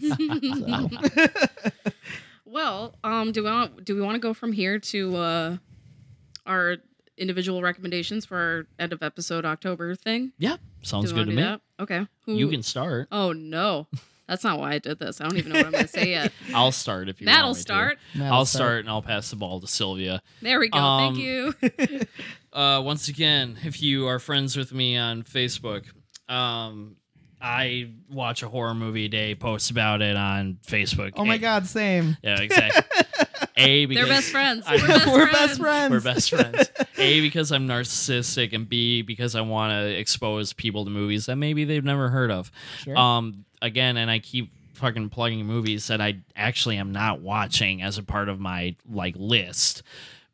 C: [laughs]
E: so.
D: Well, um, do we want do we want to go from here to uh, our individual recommendations for our end of episode October thing?
C: Yeah, sounds
D: Do we
C: good
D: wanna
C: to
D: do
C: me.
D: that? Okay. Who-
C: You can start.
D: Oh no, that's not why I did this. I don't even know what I'm
C: [laughs]
D: gonna say yet.
C: I'll start if you want
D: That'll
C: me to.
D: start.
E: That'll
C: I'll start and I'll pass the ball to Sylvia.
D: There we go.
C: Um, [laughs]
D: Thank you.
C: uh, once again, if you are friends with me on Facebook, um, I watch a horror movie a day, post about it on Facebook.
E: Oh my
C: A-
E: god, same.
C: Yeah, [laughs] exactly. a because
D: They're best friends.
C: I-
D: We're best
E: We're
D: friends.
E: best friends.
C: We're best
E: [laughs]
C: friends. A because I'm narcissistic, and B because I want to expose people to movies that maybe they've never heard of.
E: Sure.
C: Um, again, and I keep fucking plugging movies that I actually am not watching as a part of my like list,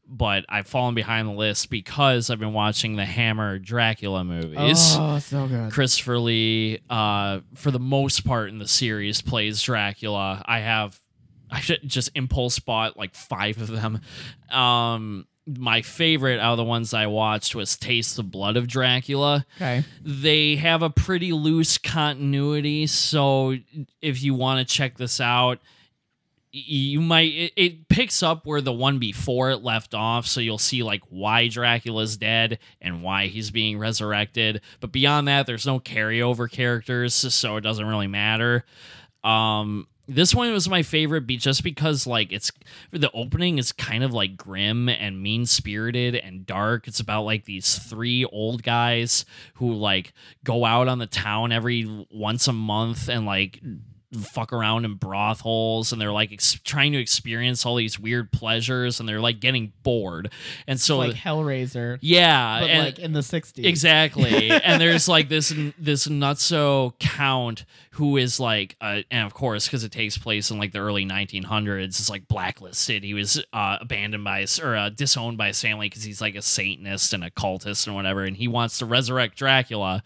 C: but I've fallen behind the list because I've been watching the Hammer Dracula movies.
E: oh, so good.
C: Christopher Lee, uh, for the most part in the series, plays Dracula. I have, I should just impulse bought like five of them. Um, my favorite out of the ones I watched was Taste the Blood of Dracula.
E: Okay.
C: They have a pretty loose continuity, so if you want to check this out, y- you might it, it picks up where the one before it left off so you'll see like why dracula's dead and why he's being resurrected but beyond that there's no carryover characters so it doesn't really matter um this one was my favorite be just because like it's the opening is kind of like grim and mean spirited and dark it's about like these three old guys who like go out on the town every once a month and like fuck around in brothels and they're like ex- trying to experience all these weird pleasures and they're like getting bored and so
E: like Hellraiser,
C: yeah
E: but
C: and-
E: like in the 60s.
C: Exactly. and there's like this this nutso count who is like uh, and of course cuz it takes place in like the early 1900s it's like blacklisted. He was uh, abandoned by his or uh, disowned by his family cuz he's like a satanist and a cultist and whatever and he wants to resurrect Dracula.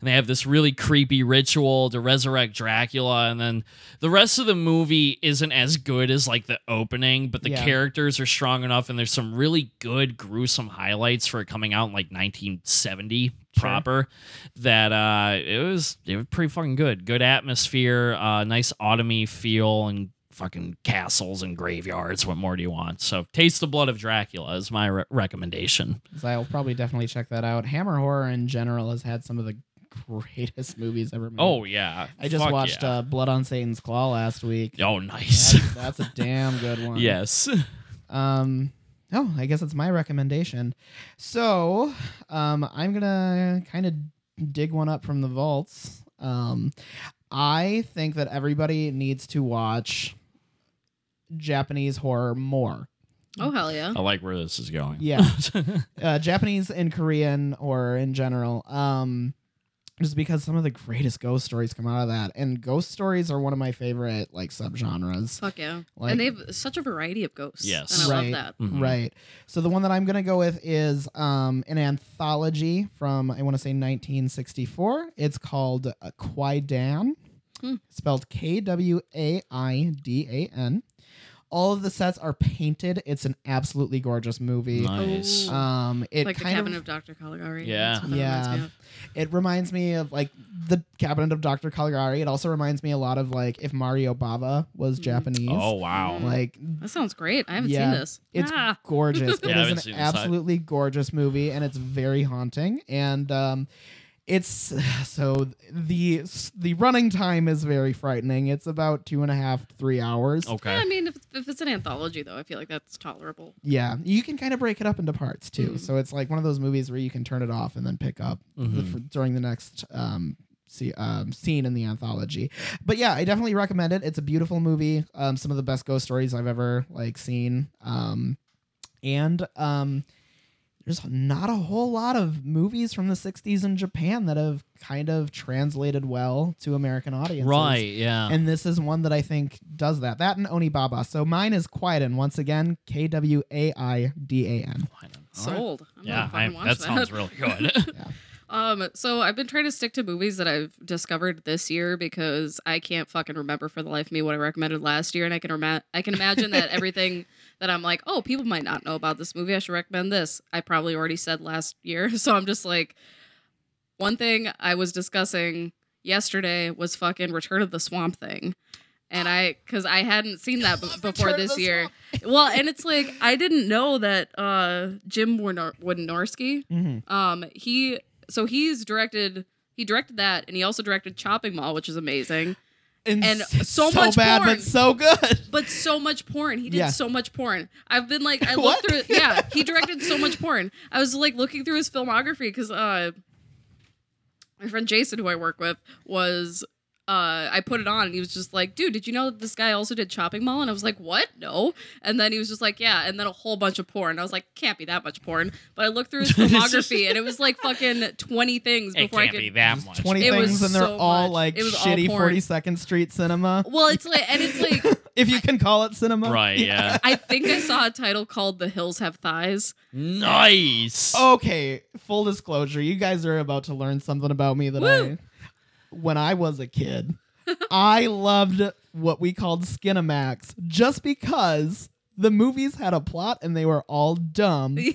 C: And they have this really creepy ritual to resurrect Dracula and then the rest of the movie isn't as good as like the opening, but the
E: Yeah.
C: characters are strong enough, and there's some really good gruesome highlights for it coming out in like 1970 proper. That uh, it was it was pretty fucking good. Good atmosphere, uh, nice autumny feel, and fucking castles and graveyards. What more do you want? So, taste the blood of Dracula is my re- recommendation.
E: So I'll probably definitely check that out. Hammer horror in general has had some of the greatest [laughs] movies ever made.
C: Oh yeah,
E: I just
C: Fuck
E: watched
C: yeah.
E: uh, Blood on Satan's Claw
C: [laughs]
E: last week.
C: oh nice.
E: That's, that's a damn good one. [laughs]
C: yes.
E: Um. Oh, I guess it's my recommendation. So, um, I'm gonna kind of dig one up from the vaults. Um, I think that everybody needs to watch Japanese horror more.
D: oh hell yeah.
C: I like where this is going. [laughs]
E: Yeah. uh, Japanese and Korean or in general. Um, just because some of the greatest ghost stories come out of that, and ghost stories are one of my favorite like subgenres.
D: Fuck yeah.
E: Like-
D: and they have such a variety of ghosts.
C: Yes.
D: And I
E: Right.
D: love that.
C: Mhm.
E: Right. So the one that I'm gonna go with is um, an anthology from I want to say 1964. It's called uh, Kwai Dan,
D: Hmm.
E: spelled K W A I D A N. All of the sets are painted. It's an absolutely gorgeous movie.
C: Mm-hmm. Nice.
D: Oh.
E: Um, it
D: like the
E: kind
D: Cabinet
E: of
D: of, Dr. Caligari.
C: Yeah.
D: That's what that reminds
E: Yeah.
D: me of.
E: it reminds me of like the cabinet of Dr. Caligari. It also reminds me a lot of like if Mario Bava was
D: Mhm.
E: Japanese.
C: Oh wow.
E: Like
D: That sounds great. I haven't
E: Yeah.
D: seen this.
E: it's
D: ah. [laughs]
E: gorgeous.
C: Yeah, I haven't
E: it is
C: seen
E: an
C: this either.
E: absolutely gorgeous movie and it's very haunting and um it's [sighs] so the the running time is very frightening. It's about two and a half, three hours.
C: Okay.
D: Yeah, I mean, if it's, if it's an anthology, though, I feel like that's tolerable.
E: Yeah, you can kind of break it up into parts too.
D: Mhm.
E: So it's like one of those movies where you can turn it off and then pick up the,
C: Mhm.
E: for, during the next um, see, um, scene in the anthology. But yeah, I definitely recommend it. It's a beautiful movie. Um, some of the best ghost stories I've ever like seen. Um, and um, there's not a whole lot of movies from the '60s in Japan that have kind of translated well to American audiences.
C: Right. Yeah.
E: And this is one that I think does that. That and Onibaba. So mine is Kwaiden. Once again, K W A I D A N.
D: Sold. I'm
C: Yeah,
D: gonna
C: I,
D: fucking
C: that
D: watch
C: sounds
D: [laughs]
C: really good.
D: Um, so I've been trying to stick to movies that I've discovered this year because I can't fucking remember for the life of me what I recommended last year, and I can rema- I can imagine that everything that I'm like, oh, people might not know about this movie. I should recommend this. I probably already said last year, [laughs] so I'm just like, one thing I was discussing yesterday was fucking Return of the Swamp Thing, and I because I hadn't seen that b- before
E: turn
D: this
E: this
D: year. well, and it's like I didn't know that uh, Jim Warnor- Wynorski,
E: Mhm.
D: um, he so he's directed he directed that, and he also directed Chopping Mall, which is amazing. And
E: s-
D: so much
E: bad,
D: porn.
E: but
D: [laughs]
E: so good.
D: But so much porn. He did
E: Yeah.
D: so much porn. I've been
E: [laughs]
D: like, I
E: What?
D: looked through. Yeah, he directed so much porn. I was like looking through his filmography because uh, my friend Jason, who I work with, was uh, I put it on and he was just like, dude, did you know that this guy also did Chopping Mall? And I was like, what? No. And then he was just like, yeah. And then a whole bunch of porn. I was like, can't be that much porn. But I looked through
E: [laughs]
D: his filmography and it was like fucking twenty things
C: It
D: before I
C: can't
D: could
C: be that much.
E: Twenty
D: It was
E: things, and they're
D: so
E: all
D: much.
E: like
D: It was all
E: shitty
D: porn.
E: Forty Second Street cinema,
D: Well, it's like, and it's like.
E: if you can call it cinema.
C: Right,
D: [laughs]
C: yeah.
D: I think I saw a title called "The Hills Have Thighs." [laughs]
C: nice.
E: [laughs] Oh, Okay, full disclosure, you guys are about to learn something about me that
D: Woo.
E: I when I was a kid, I loved what we called Skinamax just because the movies had a plot and they were all dumb.
D: Yeah,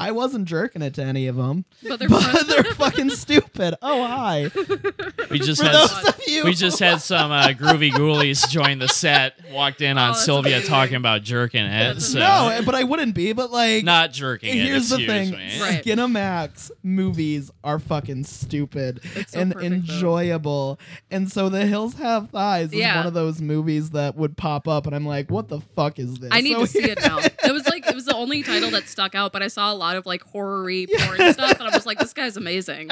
E: I wasn't jerking it to any of them,
D: but they're
E: [laughs] but
D: fun. [laughs]
E: they're fucking stupid. Oh hi, [laughs]
C: We just
E: for
C: had
D: [laughs]
E: those of you.
C: we just had some uh, groovy ghoulies join the set. Walked in
D: Oh,
C: on
D: that's
C: Sylvia
D: amazing.
C: talking about jerking it. So.
E: no, eh, but I wouldn't be. But like,
C: not jerking it.
E: Here's the
C: excuse
E: thing:
C: me.
D: Right.
E: Skinamax movies are fucking stupid
D: It's so
E: and
D: perfect, though.
E: enjoyable, and so The Hills Have Thighs is
D: Yeah.
E: one of those movies that would pop up, and I'm like, "What the fuck is this?"
D: I need
E: So
D: to see it now. It was like it was the only title that stuck out, but I saw a lot of like horror-y porn stuff, and I was like, "This guy's amazing."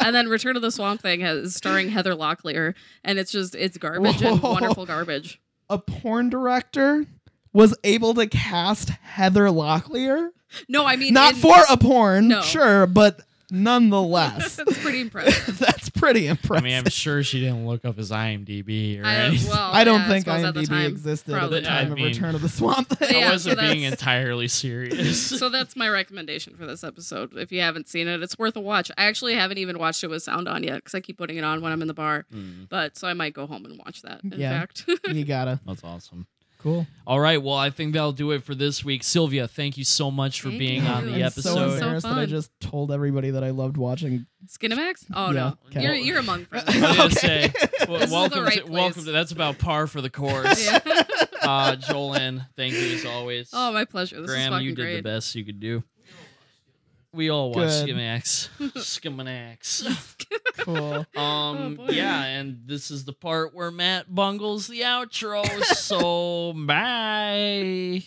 D: And then Return of the Swamp Thing has is starring Heather Locklear, and it's just it's garbage and
E: Whoa.
D: wonderful garbage.
E: [laughs] A porn director was able to cast Heather Locklear,
D: No, I mean
E: not
D: in- [laughs]
E: for a porn,
D: No.
E: sure, but
D: [laughs]
E: nonetheless,
D: That's pretty impressive.
E: [laughs] that's pretty
C: I
E: impressive.
C: mean, I'm sure she didn't look up his IMDb or
D: I,
C: anything.
D: well,
E: I don't
D: yeah,
E: think
D: suppose at the
E: IMDb
D: time,
E: existed
D: probably
E: at the time
D: not.
E: of
C: I mean-
E: Return of the [laughs] Swamp
C: [laughs]
D: yeah,
E: Thing.
C: I
D: so
C: wasn't being
D: that's-
C: entirely serious.
D: [laughs] So that's my recommendation for this episode. If you haven't seen it, it's worth a watch. I actually haven't even watched it with sound on yet because I keep putting it on when I'm in the bar.
C: Mm.
D: But so I might go home and watch that. In
E: Yeah.
D: fact, [laughs]
E: You gotta.
C: That's awesome.
E: Cool.
C: All right. Well, I think that'll do it for this week. Sylvia, thank you so much for
D: Thank
C: being
D: you.
C: on the
E: [laughs]
D: I'm
E: I'm so
C: episode.
D: So
E: embarrassed that I
D: fun.
E: just told everybody that I loved watching. [laughs]
D: Skinemax? Oh
E: Yeah,
D: no,
E: okay.
D: you're you're
C: [laughs]
D: among friends. [laughs]
C: I was gonna
E: Okay.
C: say, well,
D: This is the
C: welcome,
D: right
C: to, welcome
D: place.
C: to that's about par for the course.
D: Yeah.
C: Uh, Jolyn, thank you as always.
D: Oh, my pleasure. This is
C: Graham,
D: fucking
C: you did
D: great.
C: the best you could do. We all watch
D: [laughs]
E: Good.
C: Skimmax. Skimmax.
E: Cool.
C: Um,
D: Oh, boy.
C: yeah, and this is the
D: [laughs]
C: part where Matt bungles the outro. so bye.